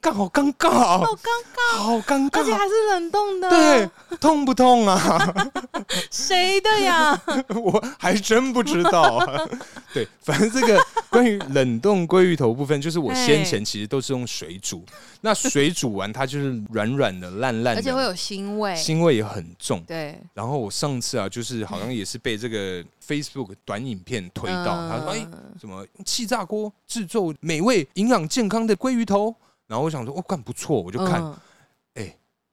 [SPEAKER 1] 干好尴尬
[SPEAKER 2] 好
[SPEAKER 1] 哦，
[SPEAKER 2] 尴尬，
[SPEAKER 1] 好尴
[SPEAKER 2] 而且
[SPEAKER 1] 尬，
[SPEAKER 2] 还是冷冻的，，啊
[SPEAKER 1] 对，痛不痛啊？
[SPEAKER 2] 谁的 呀？
[SPEAKER 1] 我还真不知道、啊。对，反正这个关于冷冻鲑鱼头部分， 就是我
[SPEAKER 2] 哎
[SPEAKER 1] 先前其实都是用水煮，那水煮完它就是软软的、烂烂的，
[SPEAKER 2] 而且会有腥味，
[SPEAKER 1] 腥味也很重。
[SPEAKER 2] 对，
[SPEAKER 1] 然后我上次啊，就是好像也是被这个 Facebook 短影片推到，他说：“哎、
[SPEAKER 2] 嗯
[SPEAKER 1] 什么用气炸锅制作美味、营养健康的鲑鱼头。”然后我想说，哦，干不错，我就看，
[SPEAKER 2] 嗯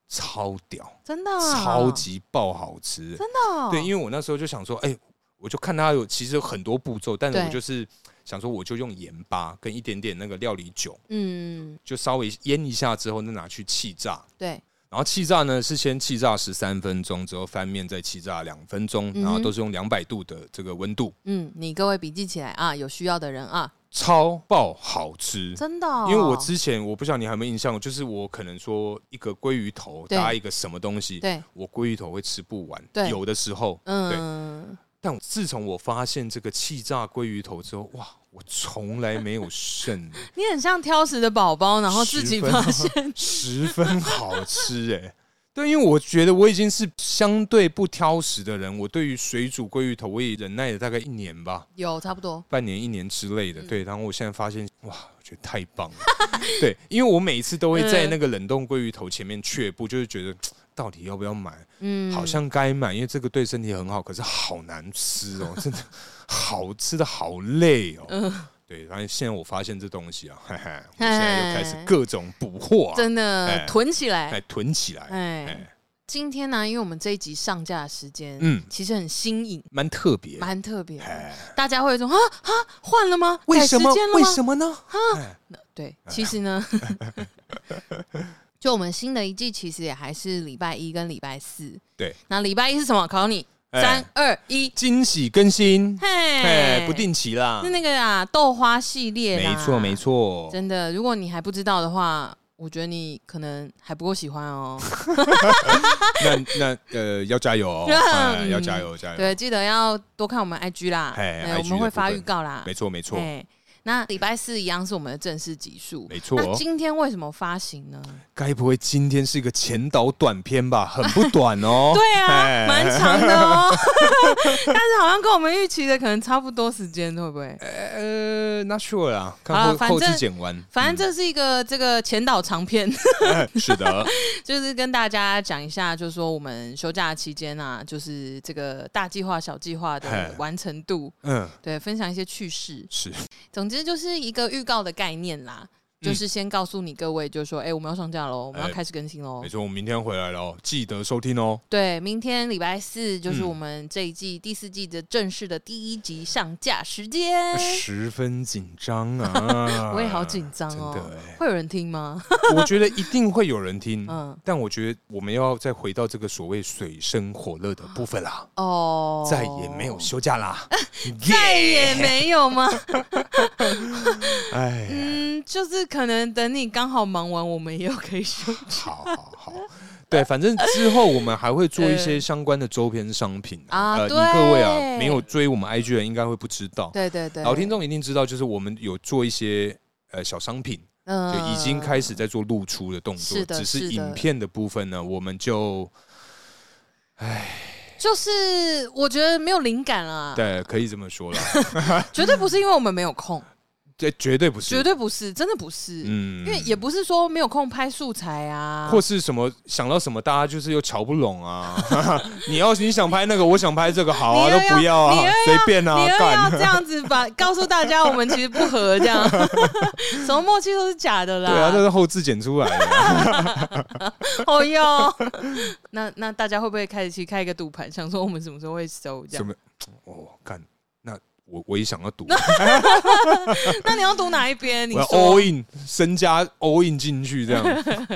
[SPEAKER 1] 超屌，
[SPEAKER 2] 真的啊，
[SPEAKER 1] 超级爆好吃。
[SPEAKER 2] 真的哦，
[SPEAKER 1] 对，因
[SPEAKER 2] 为
[SPEAKER 1] 为我那时候就想说，哎、我就看它有其实有很多步骤，但是
[SPEAKER 2] 对
[SPEAKER 1] 我就是想说，我就用盐巴跟一点点那个料理酒，
[SPEAKER 2] 嗯，
[SPEAKER 1] 就稍微腌一下之后，再拿去气炸。
[SPEAKER 2] 对，
[SPEAKER 1] 然后气炸呢是先气炸十三分钟，之后翻面再气炸两分钟，
[SPEAKER 2] 嗯哼
[SPEAKER 1] 然后都是用两百度的这个温度，
[SPEAKER 2] 嗯，你各位笔记起来啊，有需要的人啊，
[SPEAKER 1] 超爆好吃。
[SPEAKER 2] 真的哦，
[SPEAKER 1] 因为我之前我不知道你还有没有印象，就是我可能说一个鲑鱼头
[SPEAKER 2] 对
[SPEAKER 1] 搭一个什么东西，
[SPEAKER 2] 对，
[SPEAKER 1] 我鲑鱼头会吃不完，
[SPEAKER 2] 对
[SPEAKER 1] 有的时候，对。
[SPEAKER 2] 嗯，
[SPEAKER 1] 但自从我发现这个气炸鲑鱼头之后，哇，我从来没有 剩
[SPEAKER 2] 你很像挑食的宝宝，然后自己
[SPEAKER 1] 十分
[SPEAKER 2] 发 现，
[SPEAKER 1] 十分好吃哎、对，因为我觉得我已经是相对不挑食的人，我对于水煮鲑鱼头我也忍耐了大概一年吧，
[SPEAKER 2] 有差不多，
[SPEAKER 1] 半年、一年之类
[SPEAKER 2] 嗯
[SPEAKER 1] 的。对，然后我现在发现，哇，我觉得太棒了。 对，因为我每一次都会在那个冷冻鲑鱼头前面却步，就是觉得嘖到底要不要买？
[SPEAKER 2] 嗯，
[SPEAKER 1] 好像该买，因为这个对身体很好，可是好难吃哦， 真的好吃的好累哦。
[SPEAKER 2] 嗯
[SPEAKER 1] 对，然后现在我发现这东西啊， 嘿嘿，我现在又开始
[SPEAKER 2] 哎
[SPEAKER 1] 各种补货、啊，
[SPEAKER 2] 真的
[SPEAKER 1] 哎
[SPEAKER 2] 囤起
[SPEAKER 1] 来
[SPEAKER 2] 来，
[SPEAKER 1] 囤起来，
[SPEAKER 2] 哎，今天呢，因为我们这一集上架的时间，
[SPEAKER 1] 嗯
[SPEAKER 2] 嗯，其实很新颖，
[SPEAKER 1] 蛮特别。
[SPEAKER 2] 蛮特别的，
[SPEAKER 1] 哎，
[SPEAKER 2] 大家会有一种啊啊换了吗？
[SPEAKER 1] 为什么
[SPEAKER 2] 改时间？了
[SPEAKER 1] 为
[SPEAKER 2] 吗
[SPEAKER 1] 什么哎呢？
[SPEAKER 2] 对，其实呢， 就我们新的一季其实也还是礼拜一跟礼拜四。
[SPEAKER 1] 对，
[SPEAKER 2] 那礼拜一是什么？考你，
[SPEAKER 1] 哎
[SPEAKER 2] 三二一，
[SPEAKER 1] 惊喜更新，哎
[SPEAKER 2] 嘿，，
[SPEAKER 1] 不定期啦
[SPEAKER 2] 是，那个啊，豆花系列啦，
[SPEAKER 1] 没错没，错。
[SPEAKER 2] 真的，如果你还不知道的话，我觉得你可能还不够喜欢哦。
[SPEAKER 1] 那那呃，要加油 哦， 哎
[SPEAKER 2] 嗯
[SPEAKER 1] 要加油加油。
[SPEAKER 2] 对，记得要多看我们 IG 啦，
[SPEAKER 1] 哎
[SPEAKER 2] 哎
[SPEAKER 1] IG
[SPEAKER 2] 我们会
[SPEAKER 1] 的部
[SPEAKER 2] 发
[SPEAKER 1] 分
[SPEAKER 2] 预告啦，
[SPEAKER 1] 没错没错，
[SPEAKER 2] 啊哎，那礼拜四一样是我们的正式集数，
[SPEAKER 1] 没错哦
[SPEAKER 2] 那今天为什么发行呢？
[SPEAKER 1] 该不会今天是一个前导短片吧？很不短哦。
[SPEAKER 2] 对啊，
[SPEAKER 1] 哎
[SPEAKER 2] 蛮长的哦， 但是好像跟我们预期的可能差不多时间，会不会？
[SPEAKER 1] 呃，not sure 啦，
[SPEAKER 2] 好
[SPEAKER 1] 看后
[SPEAKER 2] 反
[SPEAKER 1] 后
[SPEAKER 2] 正
[SPEAKER 1] 期剪完。
[SPEAKER 2] 反正这是一个这个前导长片，
[SPEAKER 1] 正是的，
[SPEAKER 2] 就是跟大家讲一下，就是说我们休假期间啊，就是这个大计划、小计划的
[SPEAKER 1] 嘿
[SPEAKER 2] 完成度，
[SPEAKER 1] 嗯，
[SPEAKER 2] 对，分享一些趣事。
[SPEAKER 1] 是
[SPEAKER 2] 总之就是一个预告的概念啦，就是先告诉你各位，就是说，哎、我们要上架喽，我们要
[SPEAKER 1] 嗯哎
[SPEAKER 2] 开始更新喽
[SPEAKER 1] 没。错。我们明天回来了哦，记得收听哦。
[SPEAKER 2] 对，明天礼拜四就是
[SPEAKER 1] 嗯
[SPEAKER 2] 我们这一季第四季的正式的第一集上架时间。
[SPEAKER 1] 十分紧张呃啊！
[SPEAKER 2] 哎 我也好紧张哦
[SPEAKER 1] 真的哎，
[SPEAKER 2] 会有人听 吗？
[SPEAKER 1] 我觉得一定会有人听，
[SPEAKER 2] 嗯
[SPEAKER 1] 但我觉得我们要再回到这个所谓水深火热的部分啦，
[SPEAKER 2] 哦，
[SPEAKER 1] 再也没有休假 啦，
[SPEAKER 2] 再也没有吗？
[SPEAKER 1] 哎，
[SPEAKER 2] 嗯，就是可能等你刚好忙完，我们也有可以休息
[SPEAKER 1] 好好好。对，反正之后我们还会做一些相关的周边商品
[SPEAKER 2] 啊
[SPEAKER 1] 呃，你
[SPEAKER 2] 对
[SPEAKER 1] 各位啊，没有追我们 IG 的人应该会不知道，
[SPEAKER 2] 对对对，
[SPEAKER 1] 老听众一定知道，就是我们有做一些呃小商品，
[SPEAKER 2] 嗯，
[SPEAKER 1] 就已经开始在做露出的动作，
[SPEAKER 2] 是的
[SPEAKER 1] 只
[SPEAKER 2] 是
[SPEAKER 1] 是
[SPEAKER 2] 的
[SPEAKER 1] 影片的部分呢，我们就
[SPEAKER 2] 就是我觉得没有灵感了，，
[SPEAKER 1] 对，可以这么说啦。
[SPEAKER 2] 绝对不是因为我们没有空，
[SPEAKER 1] 这绝对不是，
[SPEAKER 2] 绝对不是，真的不是，
[SPEAKER 1] 嗯
[SPEAKER 2] 因为也不是说没有空拍素材啊，
[SPEAKER 1] 或是什么想到什么，大家就是又瞧不拢啊。 你要你想拍那个，我想拍这个，好啊，
[SPEAKER 2] 你又
[SPEAKER 1] 都
[SPEAKER 2] 要
[SPEAKER 1] 不要啊
[SPEAKER 2] 你又要，
[SPEAKER 1] 随便啊
[SPEAKER 2] 你又， 要
[SPEAKER 1] 干
[SPEAKER 2] 这。样子把告诉大家，我们其实不合 这样，什么默契都是假的啦。
[SPEAKER 1] 对啊，这是后置剪出来的。
[SPEAKER 2] 哦哟，那那大家会不会开始去开一个赌盘，想说我们什么时候会收这
[SPEAKER 1] 什
[SPEAKER 2] 样？
[SPEAKER 1] 么？哦，干，那我我也想要赌，啊
[SPEAKER 2] 那你要赌哪一边？ 你
[SPEAKER 1] 我要
[SPEAKER 2] 说
[SPEAKER 1] all in，身家 all in 进去这样。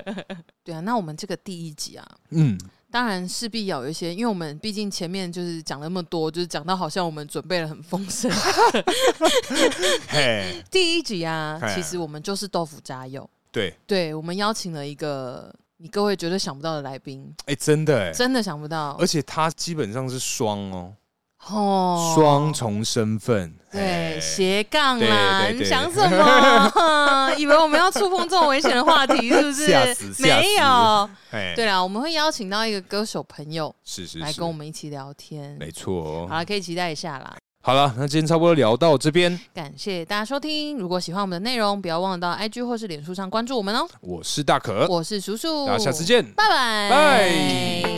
[SPEAKER 2] 对啊，那我们这个第一集啊，
[SPEAKER 1] 嗯，
[SPEAKER 2] 当然势必要有一些，因为我们毕竟前面就是讲了那么多，就是讲到好像我们准备了很丰 盛。
[SPEAKER 1] 嘿，
[SPEAKER 2] 第一集啊，
[SPEAKER 1] 哎
[SPEAKER 2] 其实我们就是豆腐渣友，
[SPEAKER 1] 对，
[SPEAKER 2] 对我们邀请了一个你各位绝对想不到的来宾，
[SPEAKER 1] 哎，真的哎，
[SPEAKER 2] 真的想不到
[SPEAKER 1] 而且他基本上是双哦，
[SPEAKER 2] 哦，
[SPEAKER 1] 双重身份。
[SPEAKER 2] 对
[SPEAKER 1] 嘿
[SPEAKER 2] 斜杠
[SPEAKER 1] 对
[SPEAKER 2] 啦，
[SPEAKER 1] 对
[SPEAKER 2] 你
[SPEAKER 1] 对
[SPEAKER 2] 想 什么？以为我们要触碰这种危险的话题是不是？
[SPEAKER 1] 吓死吓死
[SPEAKER 2] 没有，
[SPEAKER 1] 哎，
[SPEAKER 2] 对，啦，我们会邀请到一个歌手朋友
[SPEAKER 1] 是是
[SPEAKER 2] 来
[SPEAKER 1] 是
[SPEAKER 2] 跟，我们一起聊天，
[SPEAKER 1] 没错哦。
[SPEAKER 2] 好啦，可以期待一下啦。
[SPEAKER 1] 好了，那今天差不多聊到这边。
[SPEAKER 2] 感谢大家收听，如果喜欢我们的内容，不要忘了到 IG 或是脸书上关注我们哦。
[SPEAKER 1] 我是大可，
[SPEAKER 2] 我是叔叔，
[SPEAKER 1] 大家下次，见。
[SPEAKER 2] 拜拜，
[SPEAKER 1] 拜。